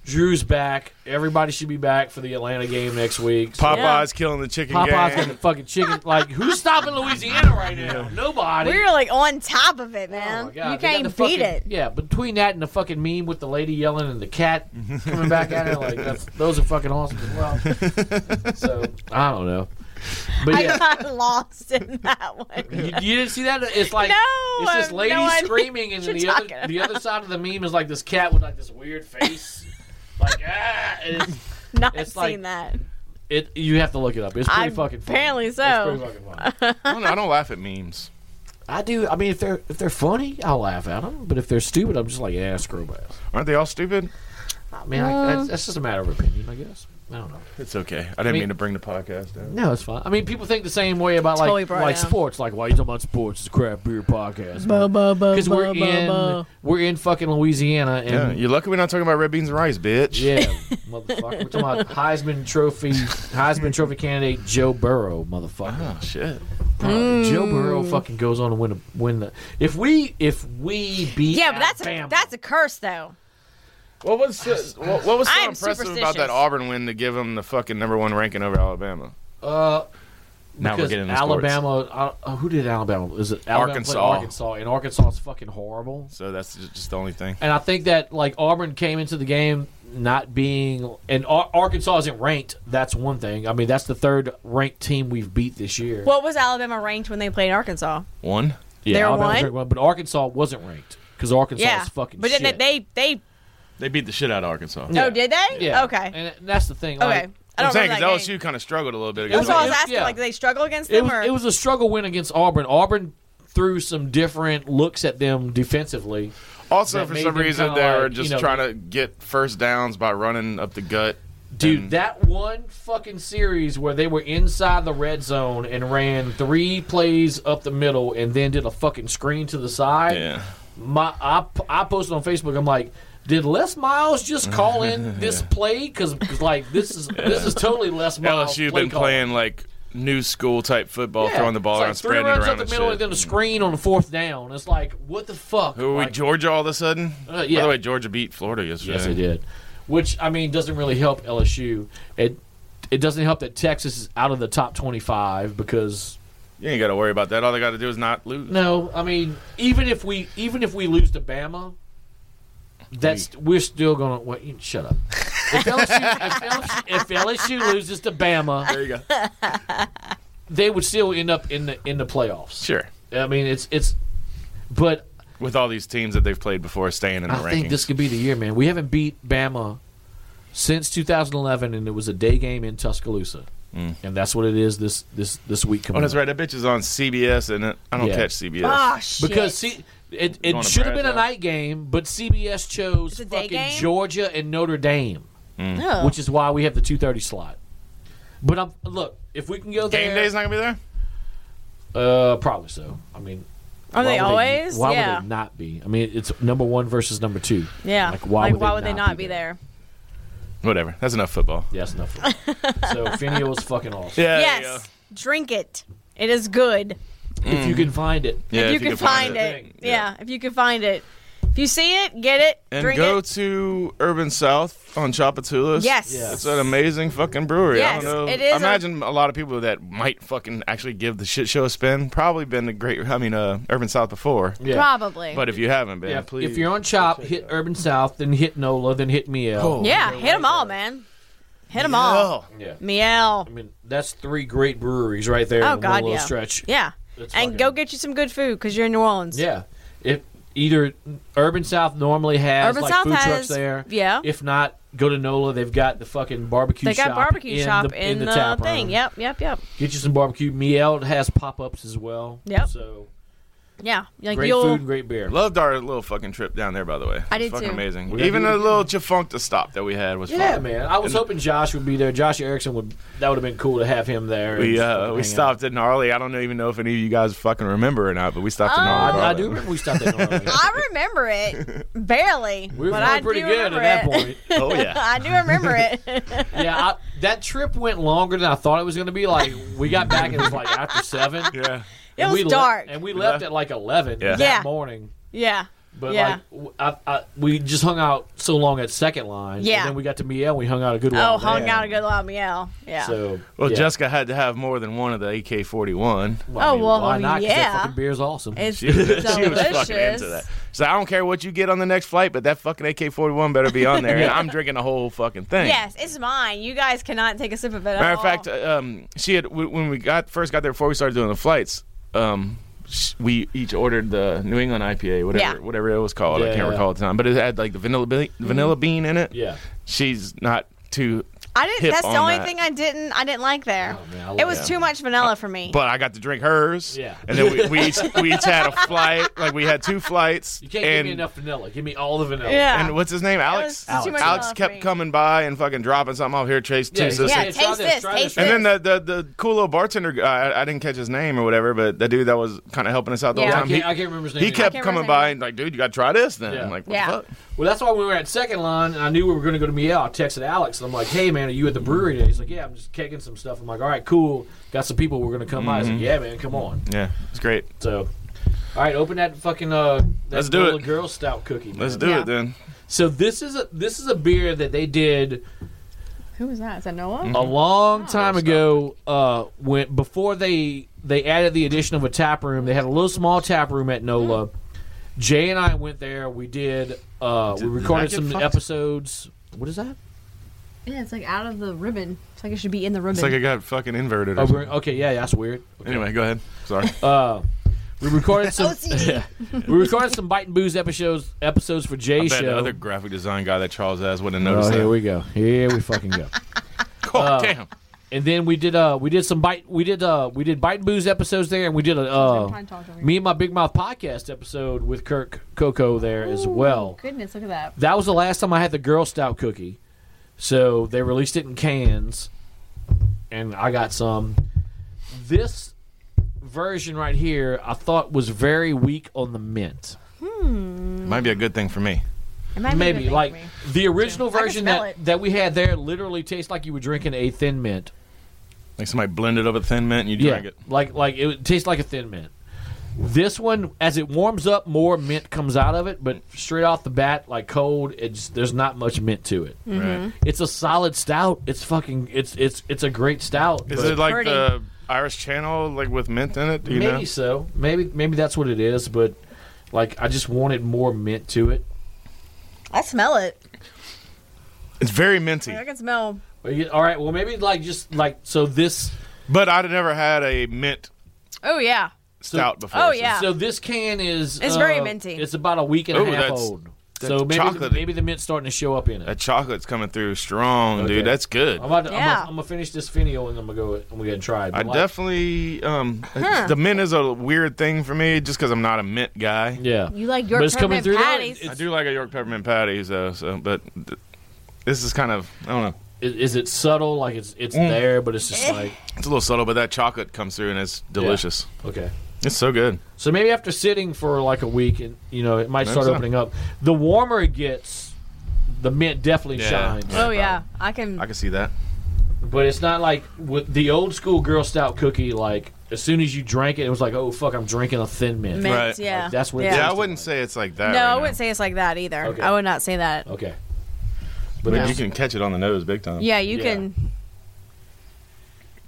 [SPEAKER 2] Drew's back. Everybody should be back for the Atlanta game next week. So
[SPEAKER 5] Popeye's
[SPEAKER 6] Yeah.
[SPEAKER 5] killing the chicken
[SPEAKER 2] Popeye's
[SPEAKER 5] game.
[SPEAKER 2] got the fucking chicken. Like who's stopping Louisiana right now? Nobody.
[SPEAKER 6] We're like on top of it,
[SPEAKER 2] Oh,
[SPEAKER 6] man.
[SPEAKER 2] my God. They
[SPEAKER 6] you
[SPEAKER 2] got
[SPEAKER 6] can't
[SPEAKER 2] the
[SPEAKER 6] beat
[SPEAKER 2] fucking-
[SPEAKER 6] it.
[SPEAKER 2] Yeah, between that and the fucking meme with the lady yelling and the cat coming back at her, like that's, those are fucking awesome as well. So I don't know, but
[SPEAKER 6] I
[SPEAKER 2] yeah,
[SPEAKER 6] got lost in that one.
[SPEAKER 2] You, you didn't see that? It's like
[SPEAKER 6] No,
[SPEAKER 2] it's this
[SPEAKER 6] I've
[SPEAKER 2] lady
[SPEAKER 6] no idea
[SPEAKER 2] screaming, and
[SPEAKER 6] what you're
[SPEAKER 2] the other
[SPEAKER 6] talking
[SPEAKER 2] the other side of the meme is like this cat with like this weird face, like ah. and It's,
[SPEAKER 6] Not
[SPEAKER 2] It's
[SPEAKER 6] seen
[SPEAKER 2] like-
[SPEAKER 6] that.
[SPEAKER 2] it you have to look it up. It's pretty
[SPEAKER 6] I-
[SPEAKER 2] fucking funny.
[SPEAKER 6] apparently
[SPEAKER 2] It's
[SPEAKER 6] so.
[SPEAKER 2] pretty fucking funny.
[SPEAKER 5] I don't, know, I don't laugh at memes.
[SPEAKER 2] I do. I mean, if they're if they're funny, I'll laugh at them. But if they're stupid, I'm just like, yeah, screw bass.
[SPEAKER 5] Aren't they all stupid?
[SPEAKER 2] I mean, I, that's, that's just a matter of opinion, I guess. I don't know.
[SPEAKER 5] It's okay. I didn't
[SPEAKER 2] mean-
[SPEAKER 5] mean, to bring the podcast down.
[SPEAKER 2] No, it's fine. I mean, people think the same way about like
[SPEAKER 6] Totally brought
[SPEAKER 2] like
[SPEAKER 6] down.
[SPEAKER 2] sports. Like, why you talking about sports? It's a craft beer podcast. Because we're in we're in fucking Louisiana, and
[SPEAKER 5] Yeah, you're lucky we're not talking about red beans and rice, bitch.
[SPEAKER 2] Yeah, motherfucker. We're talking about Heisman Trophy, Heisman Trophy candidate Joe Burrow, motherfucker.
[SPEAKER 5] Oh shit.
[SPEAKER 2] Probably. Joe Burrow fucking goes on to win. A, win the if we if we beat
[SPEAKER 6] Yeah, but that's a,
[SPEAKER 2] Alabama-
[SPEAKER 6] that's a curse though.
[SPEAKER 5] What was the, what, what was so
[SPEAKER 6] I am
[SPEAKER 5] impressive about
[SPEAKER 6] superstitious.
[SPEAKER 5] that Auburn win to give them the fucking number one ranking over Alabama?
[SPEAKER 2] uh,
[SPEAKER 5] Now we're
[SPEAKER 2] because
[SPEAKER 5] getting into sports.
[SPEAKER 2] Alabama. Uh, who did Alabama? Is it Alabama played
[SPEAKER 5] Arkansas.
[SPEAKER 2] Arkansas and Arkansas is fucking horrible.
[SPEAKER 5] So that's ju- just the only thing.
[SPEAKER 2] And I think that like Auburn came into the game not being and Ar- Arkansas isn't ranked. That's one thing. I mean, that's the third ranked team we've beat this year.
[SPEAKER 6] What was Alabama ranked when they played Arkansas?
[SPEAKER 5] One.
[SPEAKER 2] yeah,
[SPEAKER 6] they're
[SPEAKER 2] Alabama's
[SPEAKER 6] one?
[SPEAKER 2] ranked but Arkansas wasn't ranked because Arkansas
[SPEAKER 6] yeah,
[SPEAKER 2] is fucking.
[SPEAKER 6] but didn't
[SPEAKER 2] shit.
[SPEAKER 6] they? They,
[SPEAKER 5] They beat the shit out of Arkansas.
[SPEAKER 2] Yeah.
[SPEAKER 6] oh, did they?
[SPEAKER 2] Yeah.
[SPEAKER 6] Okay.
[SPEAKER 2] And that's the thing.
[SPEAKER 6] okay.
[SPEAKER 2] Like,
[SPEAKER 6] I don't
[SPEAKER 5] I'm saying
[SPEAKER 6] remember that
[SPEAKER 5] because
[SPEAKER 6] game.
[SPEAKER 5] LSU kind of struggled a little bit.
[SPEAKER 6] That's
[SPEAKER 5] Against
[SPEAKER 6] what I
[SPEAKER 5] Auburn.
[SPEAKER 6] was asking.
[SPEAKER 2] yeah.
[SPEAKER 6] Like, did they struggle against
[SPEAKER 2] it
[SPEAKER 6] them?
[SPEAKER 2] was,
[SPEAKER 6] or?
[SPEAKER 2] it was a struggle win against Auburn. Auburn threw some different looks at them defensively.
[SPEAKER 5] Also,
[SPEAKER 2] that
[SPEAKER 5] for
[SPEAKER 2] made
[SPEAKER 5] some
[SPEAKER 2] them
[SPEAKER 5] reason,
[SPEAKER 2] kinda
[SPEAKER 5] they were
[SPEAKER 2] like,
[SPEAKER 5] just
[SPEAKER 2] you know-
[SPEAKER 5] trying to get first downs by running up the gut.
[SPEAKER 2] Dude,
[SPEAKER 5] And-
[SPEAKER 2] that one fucking series where they were inside the red zone and ran three plays up the middle and then did a fucking screen to the side.
[SPEAKER 5] Yeah.
[SPEAKER 2] My, I, I posted on Facebook. I'm like, did Les Miles just call in this play? Because like this is this is totally Les Miles.
[SPEAKER 5] LSU
[SPEAKER 2] play
[SPEAKER 5] been
[SPEAKER 2] call.
[SPEAKER 5] playing like new school type football,
[SPEAKER 2] Yeah.
[SPEAKER 5] throwing the ball
[SPEAKER 2] It's like three
[SPEAKER 5] around, spreading it
[SPEAKER 2] runs
[SPEAKER 5] around.
[SPEAKER 2] up the
[SPEAKER 5] and
[SPEAKER 2] middle
[SPEAKER 5] shit.
[SPEAKER 2] and then a screen on the fourth down. It's like, what the fuck?
[SPEAKER 5] Who are we,
[SPEAKER 2] Like,
[SPEAKER 5] Georgia all of a sudden?
[SPEAKER 2] Uh, yeah.
[SPEAKER 5] By the way, Georgia beat Florida yesterday.
[SPEAKER 2] Yes, they did. Which I mean doesn't really help LSU. It it doesn't help that Texas is out of the top twenty five because
[SPEAKER 5] You ain't got to worry about that. All they got to do is not lose.
[SPEAKER 2] no, I mean even if we even if we lose to Bama, that's we're still gonna wait, you- shut up. If LSU, if, LSU, if LSU loses to Bama,
[SPEAKER 5] There you go.
[SPEAKER 2] they would still end up in the in the playoffs.
[SPEAKER 5] Sure.
[SPEAKER 2] I mean it's it's, but
[SPEAKER 5] With all these teams that they've played before staying in the
[SPEAKER 2] I
[SPEAKER 5] rankings.
[SPEAKER 2] think this could be the year, man. We haven't beat Bama since 2011, and it was a day game in Tuscaloosa,
[SPEAKER 5] Mm.
[SPEAKER 2] and that's what it is this this this week.
[SPEAKER 5] oh,
[SPEAKER 2] Coming
[SPEAKER 5] that's
[SPEAKER 2] up.
[SPEAKER 5] right. That bitch is on CBS, and it, I don't
[SPEAKER 2] Yeah. Ah,
[SPEAKER 5] catch CBS.
[SPEAKER 6] oh shit.
[SPEAKER 2] Because see, it,
[SPEAKER 5] Going
[SPEAKER 2] it
[SPEAKER 5] to
[SPEAKER 2] should have been a
[SPEAKER 5] Braddock.
[SPEAKER 2] night game, but CBS chose
[SPEAKER 6] It's a day
[SPEAKER 2] fucking
[SPEAKER 6] game?
[SPEAKER 2] Georgia and Notre Dame,
[SPEAKER 6] Oh.
[SPEAKER 2] which is why we have the 2:30 slot. But I'm, look, if we can go
[SPEAKER 5] Game
[SPEAKER 2] there,
[SPEAKER 5] day's not gonna be there.
[SPEAKER 2] uh, probably so. I mean,
[SPEAKER 6] Are
[SPEAKER 2] why
[SPEAKER 6] they
[SPEAKER 2] would
[SPEAKER 6] always?
[SPEAKER 2] why
[SPEAKER 6] yeah.
[SPEAKER 2] would they not be? I mean, it's number one versus number two.
[SPEAKER 6] yeah.
[SPEAKER 2] Like, why would they
[SPEAKER 6] they
[SPEAKER 2] not
[SPEAKER 6] not
[SPEAKER 2] be
[SPEAKER 6] be there?
[SPEAKER 5] Whatever. That's enough football.
[SPEAKER 2] Yeah, that's enough. for me. so Finio is fucking awesome.
[SPEAKER 5] Yeah. there you go.
[SPEAKER 6] Yes. Drink it. It is good.
[SPEAKER 2] If you can find it.
[SPEAKER 5] Yeah,
[SPEAKER 6] if you, can, find, it. Yeah. if you can find it. If you see it, get it.
[SPEAKER 5] And
[SPEAKER 6] drink
[SPEAKER 5] go
[SPEAKER 6] it.
[SPEAKER 5] to Urban South on Chapatulas.
[SPEAKER 6] Yes.
[SPEAKER 2] Yeah.
[SPEAKER 5] It's an amazing fucking brewery.
[SPEAKER 6] Yes,
[SPEAKER 5] I don't know.
[SPEAKER 6] it is
[SPEAKER 5] I imagine a lot of people that might fucking actually give the shit show a spin probably been to great, I mean, uh, Urban South before.
[SPEAKER 2] Yeah.
[SPEAKER 6] Probably.
[SPEAKER 5] But if you haven't been,
[SPEAKER 2] Yeah,
[SPEAKER 5] please.
[SPEAKER 2] If you're on Chop, hit Urban South, then hit NOLA, then hit Miel.
[SPEAKER 6] yeah, hit them all, man. Hit them all.
[SPEAKER 2] Yeah.
[SPEAKER 6] Miel.
[SPEAKER 2] I mean, that's three great breweries right there
[SPEAKER 6] Oh
[SPEAKER 2] in
[SPEAKER 6] God,
[SPEAKER 2] one little
[SPEAKER 6] yeah.
[SPEAKER 2] stretch.
[SPEAKER 6] Yeah.
[SPEAKER 2] That's fucking-
[SPEAKER 6] And go get you some good food because you're in New Orleans.
[SPEAKER 2] Yeah. If either Urban South normally has
[SPEAKER 6] Urban
[SPEAKER 2] like
[SPEAKER 6] South
[SPEAKER 2] food trucks
[SPEAKER 6] has-
[SPEAKER 2] there.
[SPEAKER 6] yeah.
[SPEAKER 2] If not, go to NOLA. They've got the fucking barbecue
[SPEAKER 6] They
[SPEAKER 2] shop.
[SPEAKER 6] got barbecue
[SPEAKER 2] in
[SPEAKER 6] shop
[SPEAKER 2] the, in the, tap
[SPEAKER 6] thing.
[SPEAKER 2] room.
[SPEAKER 6] Yep, yep, yep.
[SPEAKER 2] Get you some barbecue. Miel has pop ups as well.
[SPEAKER 6] Yep.
[SPEAKER 2] So
[SPEAKER 6] Yeah. Like
[SPEAKER 2] great
[SPEAKER 6] you'll
[SPEAKER 2] food and great beer.
[SPEAKER 5] Loved our little fucking trip down there, by the way.
[SPEAKER 6] I
[SPEAKER 5] It was
[SPEAKER 6] did
[SPEAKER 5] fucking
[SPEAKER 6] too.
[SPEAKER 5] amazing.
[SPEAKER 2] gotta
[SPEAKER 5] Even
[SPEAKER 2] do it
[SPEAKER 5] a little Chifunkta stop that we had was
[SPEAKER 2] Yeah,
[SPEAKER 5] fun.
[SPEAKER 2] man. I was hoping Josh would be there. Josh Erickson would. That would have been cool to have him there.
[SPEAKER 5] We
[SPEAKER 2] and
[SPEAKER 5] uh, we
[SPEAKER 2] hang out.
[SPEAKER 5] stopped at Gnarly. I don't know- even know if any of you guys fucking remember or not, but we stopped
[SPEAKER 6] Oh,
[SPEAKER 5] at
[SPEAKER 2] I, I
[SPEAKER 5] Gnarly. Bar.
[SPEAKER 2] do remember we stopped at NOLA.
[SPEAKER 6] I remember it barely.
[SPEAKER 2] We were
[SPEAKER 6] but
[SPEAKER 2] feeling
[SPEAKER 6] I
[SPEAKER 2] pretty
[SPEAKER 6] do
[SPEAKER 2] good
[SPEAKER 6] remember
[SPEAKER 2] at that
[SPEAKER 6] it.
[SPEAKER 2] point.
[SPEAKER 5] Oh yeah.
[SPEAKER 6] I do remember it.
[SPEAKER 2] yeah, I, that trip went longer than I thought it was going to be. Like we got back and it was like after seven.
[SPEAKER 5] yeah.
[SPEAKER 6] It
[SPEAKER 2] And
[SPEAKER 6] was
[SPEAKER 2] we le-
[SPEAKER 6] dark.
[SPEAKER 2] and we left at like eleven
[SPEAKER 5] Yeah.
[SPEAKER 2] that
[SPEAKER 6] Yeah.
[SPEAKER 2] morning.
[SPEAKER 6] yeah.
[SPEAKER 2] But
[SPEAKER 6] Yeah.
[SPEAKER 2] like w I I we just hung out so long at second line.
[SPEAKER 6] Yeah.
[SPEAKER 2] and then we got to Miel. We hung out a good while.
[SPEAKER 6] Oh, hung
[SPEAKER 2] there.
[SPEAKER 6] out a good lot, Miel. Yeah.
[SPEAKER 2] So
[SPEAKER 5] Well,
[SPEAKER 2] yeah.
[SPEAKER 5] Jessica had to have more than one of the AK-41.
[SPEAKER 2] I
[SPEAKER 6] Oh,
[SPEAKER 2] mean,
[SPEAKER 6] well,
[SPEAKER 2] why not? 'Cause that
[SPEAKER 6] yeah.
[SPEAKER 2] fucking beer's awesome.
[SPEAKER 6] it's
[SPEAKER 5] She was, she was
[SPEAKER 6] delicious.
[SPEAKER 5] fucking into that. She's like, I don't care what you get on the next flight, but that fucking AK-41 better be on there. And I'm drinking the whole fucking thing.
[SPEAKER 6] Yes, Oh. it's mine. You guys cannot take a sip of it. at
[SPEAKER 5] Matter of
[SPEAKER 6] all.
[SPEAKER 5] fact, uh, um, she had w- when we got first got there before we started doing the flights. Um, sh- we each ordered the New England IPA, whatever
[SPEAKER 6] Yeah.
[SPEAKER 5] whatever it was called. I
[SPEAKER 2] Yeah. Mm.
[SPEAKER 5] can't recall at the time, but it had like the vanilla bean, vanilla bean in it.
[SPEAKER 2] yeah,
[SPEAKER 5] She's not too.
[SPEAKER 6] I didn't.
[SPEAKER 5] hip
[SPEAKER 6] That's the
[SPEAKER 5] on
[SPEAKER 6] only
[SPEAKER 5] that.
[SPEAKER 6] thing I didn't. I didn't like there.
[SPEAKER 2] Oh, man, I love
[SPEAKER 6] it was
[SPEAKER 2] that. Uh,
[SPEAKER 6] too much vanilla for me.
[SPEAKER 5] But I got to drink hers.
[SPEAKER 2] Yeah.
[SPEAKER 5] And then we, we each we each had a flight. Like we had two flights.
[SPEAKER 2] you can't
[SPEAKER 5] and,
[SPEAKER 2] give me enough vanilla. Give me all the vanilla.
[SPEAKER 6] yeah.
[SPEAKER 5] And what's his name? Alex.
[SPEAKER 6] was too much
[SPEAKER 5] Alex
[SPEAKER 6] love
[SPEAKER 5] kept
[SPEAKER 6] for me.
[SPEAKER 5] coming by and fucking dropping something off here. Chase
[SPEAKER 2] Yeah,
[SPEAKER 5] two sisters.
[SPEAKER 6] Yeah,
[SPEAKER 2] Try
[SPEAKER 6] taste this,
[SPEAKER 2] try
[SPEAKER 6] taste
[SPEAKER 5] And then the, the the cool little bartender guy, I, I didn't catch his name or whatever, but the dude that was kind of helping us out the
[SPEAKER 6] Yeah.
[SPEAKER 5] whole
[SPEAKER 2] I
[SPEAKER 5] time,
[SPEAKER 2] can't,
[SPEAKER 5] he,
[SPEAKER 2] I can't remember his name.
[SPEAKER 5] he
[SPEAKER 2] either.
[SPEAKER 5] kept
[SPEAKER 6] remember
[SPEAKER 5] coming
[SPEAKER 6] his
[SPEAKER 5] by
[SPEAKER 6] name.
[SPEAKER 5] and like, dude, you got to try this then.
[SPEAKER 2] Yeah.
[SPEAKER 5] I'm like, what
[SPEAKER 6] Yeah.
[SPEAKER 5] the fuck?
[SPEAKER 2] Well, that's why when we were at second line, and I knew we were going to go to Miel. I texted Alex, and I'm like, "Hey, man, man, are you at the brewery today? He's like, yeah, I'm just kicking some stuff. I'm like, all right, cool. Got some people. We're gonna come by. He's
[SPEAKER 5] Mm-hmm.
[SPEAKER 2] like, yeah, man, come on.
[SPEAKER 5] Yeah, it's great.
[SPEAKER 2] So, all right, open that fucking uh, that
[SPEAKER 5] Let's do
[SPEAKER 2] Bola
[SPEAKER 5] it.
[SPEAKER 2] Girl Stout cookie. Man.
[SPEAKER 5] Let's do
[SPEAKER 6] Yeah.
[SPEAKER 5] it then.
[SPEAKER 2] So this is a this is a beer that they did
[SPEAKER 8] Who was that? Is that Noah? Oh,
[SPEAKER 2] a
[SPEAKER 5] Mm-hmm.
[SPEAKER 2] long time ago uh, when before they they added the addition of a tap room they had a little small tap room at nola
[SPEAKER 8] Mm-hmm.
[SPEAKER 2] jay and i went there we did uh, we
[SPEAKER 5] Did- did I
[SPEAKER 2] recorded
[SPEAKER 5] get
[SPEAKER 2] some
[SPEAKER 5] fucked?
[SPEAKER 2] episodes what is that
[SPEAKER 8] Yeah, it's like out of the ribbon. It's like it should be in the ribbon.
[SPEAKER 5] It's like I got fucking inverted. Or
[SPEAKER 2] oh,
[SPEAKER 5] something.
[SPEAKER 2] we're- okay yeah that's weird
[SPEAKER 5] Anyway, go ahead. Sorry.
[SPEAKER 2] uh, we recorded some
[SPEAKER 8] OCD.
[SPEAKER 2] yeah. we recorded some bite and booze episodes episodes for
[SPEAKER 5] I
[SPEAKER 2] jay's
[SPEAKER 5] bet the
[SPEAKER 2] show
[SPEAKER 5] other graphic design guy that Charles ass wouldn't have
[SPEAKER 2] oh
[SPEAKER 5] noticed
[SPEAKER 2] here
[SPEAKER 5] that.
[SPEAKER 2] we go here we fucking go
[SPEAKER 5] oh, damn.
[SPEAKER 2] and then we did uh we did some bite we did uh we did bite and booze episodes there and we did a
[SPEAKER 8] I'm
[SPEAKER 2] uh,
[SPEAKER 8] trying to talk over you.
[SPEAKER 2] me and my big mouth podcast episode with kirk coco there as well
[SPEAKER 8] Goodness, look at that.
[SPEAKER 2] that was the last time i had the girl stout cookie so they released it in cans and i got some this version right here i thought was very weak on the mint
[SPEAKER 5] Might be a good thing for me.
[SPEAKER 8] It might be a good
[SPEAKER 2] maybe
[SPEAKER 8] thing
[SPEAKER 2] like
[SPEAKER 8] for me.
[SPEAKER 2] the original
[SPEAKER 8] I can
[SPEAKER 2] version
[SPEAKER 8] smell
[SPEAKER 2] that,
[SPEAKER 8] it.
[SPEAKER 2] that we had there literally tastes like you were drinking a thin mint
[SPEAKER 5] Like somebody blended up a thin mint and you
[SPEAKER 2] Yeah,
[SPEAKER 5] drank it.
[SPEAKER 2] like like it would taste like a thin mint. This one, as it warms up, more mint comes out of it. But straight off the bat, like cold, it's there's not much mint to it.
[SPEAKER 6] Hmm. Mm-hmm.
[SPEAKER 5] Right.
[SPEAKER 2] It's a solid stout. It's fucking. It's it's it's a great stout.
[SPEAKER 5] Is
[SPEAKER 2] but
[SPEAKER 5] it like
[SPEAKER 6] pretty.
[SPEAKER 5] the Irish Channel, like with mint in it? Do you
[SPEAKER 2] maybe
[SPEAKER 5] know?
[SPEAKER 2] so. Maybe maybe that's what it is. But like, I just wanted more mint to it.
[SPEAKER 6] I smell it.
[SPEAKER 5] It's very minty.
[SPEAKER 6] I can smell.
[SPEAKER 2] But you- all right. Well, maybe like just like so this.
[SPEAKER 5] But I'd never had a mint
[SPEAKER 6] Oh yeah.
[SPEAKER 5] stout before.
[SPEAKER 6] Oh,
[SPEAKER 5] so-
[SPEAKER 6] yeah.
[SPEAKER 2] So this can is.
[SPEAKER 6] It's
[SPEAKER 2] uh,
[SPEAKER 6] very minty.
[SPEAKER 2] It's about a week and
[SPEAKER 5] Ooh,
[SPEAKER 2] a half
[SPEAKER 5] that's-
[SPEAKER 2] old.
[SPEAKER 5] that's
[SPEAKER 2] So maybe the,
[SPEAKER 5] chocolatey.
[SPEAKER 2] maybe the mint's starting to show up in it.
[SPEAKER 5] That chocolate's coming through strong,
[SPEAKER 2] Okay.
[SPEAKER 5] dude. That's good.
[SPEAKER 2] I'm about to, I'm,
[SPEAKER 6] Yeah.
[SPEAKER 2] gonna, I'm gonna finish this finial and I'm gonna go I'm gonna go and try it.
[SPEAKER 5] I
[SPEAKER 2] But, like,
[SPEAKER 5] definitely um the mint is a weird thing for me just because I'm not a mint guy.
[SPEAKER 2] yeah.
[SPEAKER 8] You like
[SPEAKER 2] But
[SPEAKER 8] your
[SPEAKER 2] it's coming
[SPEAKER 8] permanent
[SPEAKER 2] through there.
[SPEAKER 8] patties.
[SPEAKER 5] I
[SPEAKER 2] It's-
[SPEAKER 5] do like a York peppermint patty though, so but th- this is kind of I don't know.
[SPEAKER 2] Is, is it subtle? Like it's it's
[SPEAKER 5] Mm.
[SPEAKER 2] there, but it's just like
[SPEAKER 5] It's a little subtle, but that chocolate comes through and it's delicious.
[SPEAKER 2] okay.
[SPEAKER 5] It's so good.
[SPEAKER 2] So maybe after sitting for like a week, and you know it might
[SPEAKER 5] Maybe
[SPEAKER 2] start
[SPEAKER 5] so.
[SPEAKER 2] opening up. The warmer it gets, the mint definitely
[SPEAKER 5] Yeah.
[SPEAKER 2] shines.
[SPEAKER 6] Oh yeah. I can.
[SPEAKER 5] I can see that.
[SPEAKER 2] But it's not like with the old school girl stout cookie. Like as soon as you drank it, it was like oh fuck, I'm drinking a thin mint.
[SPEAKER 6] mint,
[SPEAKER 5] Right.
[SPEAKER 6] Yeah.
[SPEAKER 2] Like, that's what it
[SPEAKER 6] Yeah.
[SPEAKER 5] Yeah, I
[SPEAKER 2] tastes
[SPEAKER 5] wouldn't
[SPEAKER 2] like.
[SPEAKER 5] say it's like that.
[SPEAKER 6] No,
[SPEAKER 5] right
[SPEAKER 6] I
[SPEAKER 5] now.
[SPEAKER 6] wouldn't say it's like that either.
[SPEAKER 2] Okay.
[SPEAKER 6] I would not say that.
[SPEAKER 2] Okay.
[SPEAKER 5] But
[SPEAKER 2] Yeah.
[SPEAKER 5] you can catch it on the nose big time.
[SPEAKER 6] Yeah, you
[SPEAKER 2] Yeah.
[SPEAKER 6] can.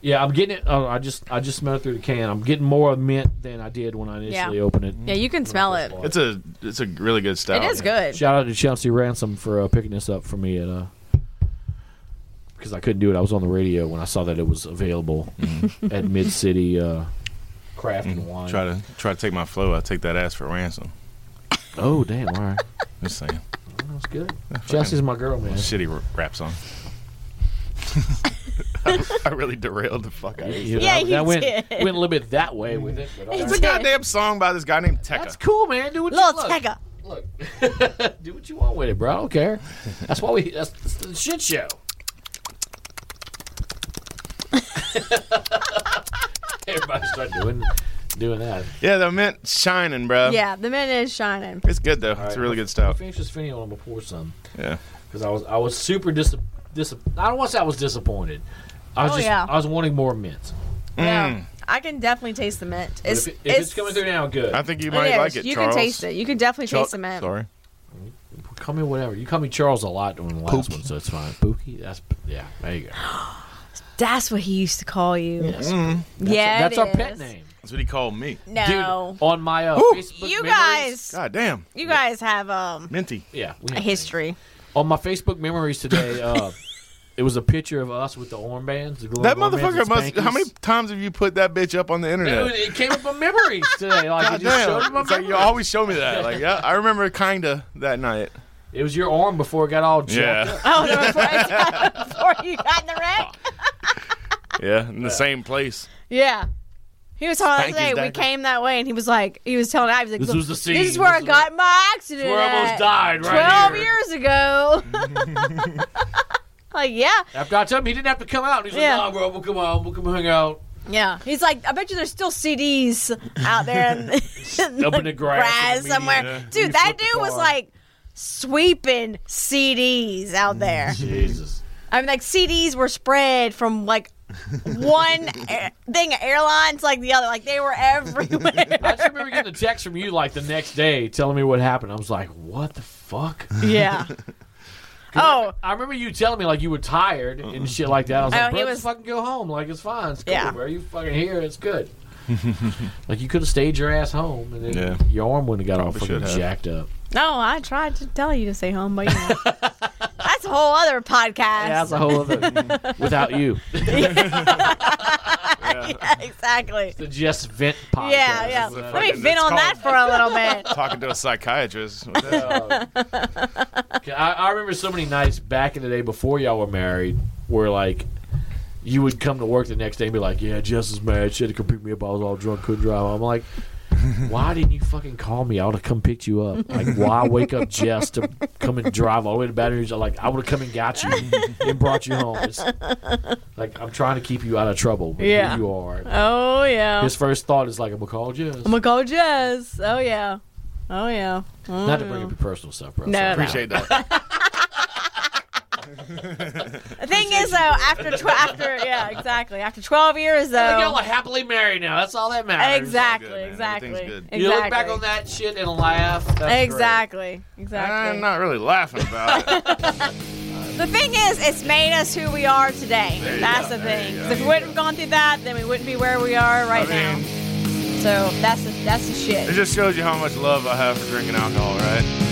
[SPEAKER 2] Yeah, I'm getting it. Oh, I just I just smelled it through the can. I'm getting more mint than I did when I initially
[SPEAKER 6] Yeah.
[SPEAKER 2] opened it.
[SPEAKER 6] Yeah, you can smell it.
[SPEAKER 5] It's a it's a really good
[SPEAKER 6] It
[SPEAKER 5] stout.
[SPEAKER 6] is good.
[SPEAKER 2] Shout out to Chelsea Ransom for uh, picking this up for me at uh because I couldn't do it. I was on the radio when I saw that it was available at Mid City uh, Craft and Wine.
[SPEAKER 5] Mm. Try to try to take my flow. I take that ass for ransom.
[SPEAKER 2] Oh damn! All right,
[SPEAKER 5] Just saying.
[SPEAKER 2] that was good. Chelsea's my girl, man.
[SPEAKER 5] Shitty r- rap song. I really derailed the fuck out of it.
[SPEAKER 2] You
[SPEAKER 6] Yeah,
[SPEAKER 2] that,
[SPEAKER 6] you
[SPEAKER 2] went
[SPEAKER 6] did.
[SPEAKER 2] went a little bit that way with it. But all
[SPEAKER 6] It's
[SPEAKER 2] right.
[SPEAKER 5] It's a
[SPEAKER 6] Yeah.
[SPEAKER 5] goddamn song by this guy named Tekka.
[SPEAKER 2] That's cool, man. Do what you
[SPEAKER 6] Little
[SPEAKER 2] look,
[SPEAKER 6] Tekka.
[SPEAKER 2] Look, do what you want with it, bro. I don't care. That's why we. That's, that's the shit show. Everybody start doing doing that.
[SPEAKER 5] Yeah, the mint shining, bro.
[SPEAKER 6] Yeah, the mint is shining.
[SPEAKER 5] It's good though. it's a really good stout.
[SPEAKER 2] Finish this finial. I'm gonna pour some
[SPEAKER 5] Yeah.
[SPEAKER 2] because I was I was super dis, dis I don't want to say I was disappointed. I was
[SPEAKER 6] Oh,
[SPEAKER 2] just
[SPEAKER 6] yeah.
[SPEAKER 2] I was wanting more mint.
[SPEAKER 6] Yeah, I can definitely taste the mint.
[SPEAKER 2] Mm. But
[SPEAKER 6] It's,
[SPEAKER 2] if, it- if it's, coming through now, good.
[SPEAKER 5] I think you
[SPEAKER 6] it
[SPEAKER 5] might
[SPEAKER 6] is.
[SPEAKER 5] like it,
[SPEAKER 6] Oh, you
[SPEAKER 5] Charles.
[SPEAKER 6] can taste it. You can definitely
[SPEAKER 5] Char-
[SPEAKER 6] taste the mint.
[SPEAKER 5] Sorry.
[SPEAKER 2] call me whatever. You call me Charles a lot on the last one, so it's fine. Pookie. That's yeah. There you go.
[SPEAKER 6] That's what he used to call you.
[SPEAKER 2] Mm. That's,
[SPEAKER 6] Yeah,
[SPEAKER 2] that's
[SPEAKER 6] it
[SPEAKER 2] our pet
[SPEAKER 6] is.
[SPEAKER 2] name.
[SPEAKER 5] That's what he called me.
[SPEAKER 2] Dude,
[SPEAKER 6] No,
[SPEAKER 2] on my uh,
[SPEAKER 5] Woo!
[SPEAKER 2] Facebook
[SPEAKER 6] you
[SPEAKER 2] memories-
[SPEAKER 6] guys,
[SPEAKER 5] God damn.
[SPEAKER 6] you guys have um
[SPEAKER 5] Minty.
[SPEAKER 2] yeah, we
[SPEAKER 6] a
[SPEAKER 2] have-
[SPEAKER 6] history.
[SPEAKER 2] on my Facebook memories today. Uh, it was a picture of us with the armbands. The glowing
[SPEAKER 5] That
[SPEAKER 2] armbands
[SPEAKER 5] motherfucker
[SPEAKER 2] and
[SPEAKER 5] must. How
[SPEAKER 2] Spankies.
[SPEAKER 5] many times have you put that bitch up on the
[SPEAKER 2] Dude,
[SPEAKER 5] internet?
[SPEAKER 2] it came up on memories today. Like
[SPEAKER 5] God
[SPEAKER 2] it just showed up
[SPEAKER 5] damn.
[SPEAKER 2] on
[SPEAKER 5] It's like you
[SPEAKER 2] memories.
[SPEAKER 5] always show me that. Like, yeah, I remember kinda that night.
[SPEAKER 2] It was your arm before it got all jacked up.
[SPEAKER 5] Yeah.
[SPEAKER 6] Oh, no, before, I- before you got in the wreck.
[SPEAKER 5] Yeah. In the same place.
[SPEAKER 6] Yeah. He was telling us
[SPEAKER 5] Spanky's
[SPEAKER 6] today, we
[SPEAKER 5] dagger.
[SPEAKER 6] came that way, and he was like, he was telling I was like,
[SPEAKER 2] This
[SPEAKER 6] "Look,
[SPEAKER 2] was the scene.
[SPEAKER 6] This is where
[SPEAKER 2] This
[SPEAKER 6] I
[SPEAKER 2] is
[SPEAKER 6] got in my accident.
[SPEAKER 2] where I almost
[SPEAKER 6] at
[SPEAKER 2] died right
[SPEAKER 6] 12
[SPEAKER 2] here."
[SPEAKER 6] years ago. like, yeah.
[SPEAKER 2] After I told him, he didn't have to come out. He's
[SPEAKER 6] Yeah.
[SPEAKER 2] like, "Nah, bro, we'll come out. We'll come hang out."
[SPEAKER 6] Yeah. He's like, I bet you there's still CDs out there in, in
[SPEAKER 2] Up in the grass in the media.
[SPEAKER 6] somewhere.
[SPEAKER 2] You
[SPEAKER 6] Dude, that
[SPEAKER 2] flip the
[SPEAKER 6] dude was
[SPEAKER 2] car. Mm.
[SPEAKER 6] like sweeping CDs out there.
[SPEAKER 2] Jesus.
[SPEAKER 6] I mean, like CDs were spread from like one air- thing of airlines like the other. Like they were everywhere.
[SPEAKER 2] I just remember getting a text from you like the next day telling me what happened. I was like, what the fuck?
[SPEAKER 6] yeah. Oh,
[SPEAKER 2] I remember you telling me like you were tired and shit like that. I was
[SPEAKER 6] Oh,
[SPEAKER 2] like,
[SPEAKER 6] he
[SPEAKER 2] bro,
[SPEAKER 6] was-
[SPEAKER 2] just fucking go home. Like it's fine. It's cool,
[SPEAKER 6] Yeah.
[SPEAKER 2] bro. You fucking here. It's good. like you could have stayed your ass home, and then
[SPEAKER 5] Yeah.
[SPEAKER 2] your arm wouldn't have got all
[SPEAKER 5] Probably
[SPEAKER 2] fucking
[SPEAKER 5] should have.
[SPEAKER 2] jacked up.
[SPEAKER 6] no, I tried to tell you to stay home, but you know. That's a whole other podcast.
[SPEAKER 2] Yeah, that's a whole other. without you,
[SPEAKER 6] Yeah, exactly.
[SPEAKER 2] the just vent podcast.
[SPEAKER 6] Yeah, yeah.
[SPEAKER 5] That's what
[SPEAKER 6] Let
[SPEAKER 5] it's
[SPEAKER 6] me vent on
[SPEAKER 5] called.
[SPEAKER 6] that for a little bit.
[SPEAKER 5] Talking to a psychiatrist.
[SPEAKER 2] Okay, I, I remember so many nights back in the day before y'all were married where, like, you would come to work the next day and be like, yeah, Jess is mad. She had to come pick me up. I was all drunk, couldn't drive. I'm like, why didn't you fucking call me? I would have come picked you up. Like, why wake up Jess to come and drive all the way to Baton Rouge? I'm Like, I would have come and got you and brought you home. It's, like, I'm trying to keep you out of trouble. But
[SPEAKER 6] Yeah.
[SPEAKER 2] here you are.
[SPEAKER 6] Oh yeah.
[SPEAKER 2] His first thought is like, I'm going to call Jess.
[SPEAKER 6] I'm gonna call Jess. Oh yeah. Oh yeah.
[SPEAKER 2] Not to bring up your personal stuff, bro.
[SPEAKER 6] Mm. No, no.
[SPEAKER 5] Appreciate that.
[SPEAKER 6] The thing is, though, after tw- after yeah, exactly. After 12 years,
[SPEAKER 2] Like, y'all
[SPEAKER 6] though.
[SPEAKER 2] are happily married now. That's all that matters.
[SPEAKER 6] Exactly.
[SPEAKER 5] It's all good, man.
[SPEAKER 6] exactly.
[SPEAKER 5] Everything's good.
[SPEAKER 6] Exactly.
[SPEAKER 2] You look back on that shit and laugh. That's great.
[SPEAKER 6] Exactly. Exactly.
[SPEAKER 5] I'm Eh, not really laughing about it.
[SPEAKER 6] The thing is, it's made us who we are today.
[SPEAKER 5] There you
[SPEAKER 6] That's
[SPEAKER 5] go.
[SPEAKER 6] the
[SPEAKER 5] There
[SPEAKER 6] thing.
[SPEAKER 5] you
[SPEAKER 6] 'Cause
[SPEAKER 5] go.
[SPEAKER 6] If we wouldn't have gone through that, then we wouldn't be where we are
[SPEAKER 5] I
[SPEAKER 6] right
[SPEAKER 5] mean,
[SPEAKER 6] now. So that's the, that's the shit.
[SPEAKER 5] it just shows you how much love I have for drinking alcohol, right?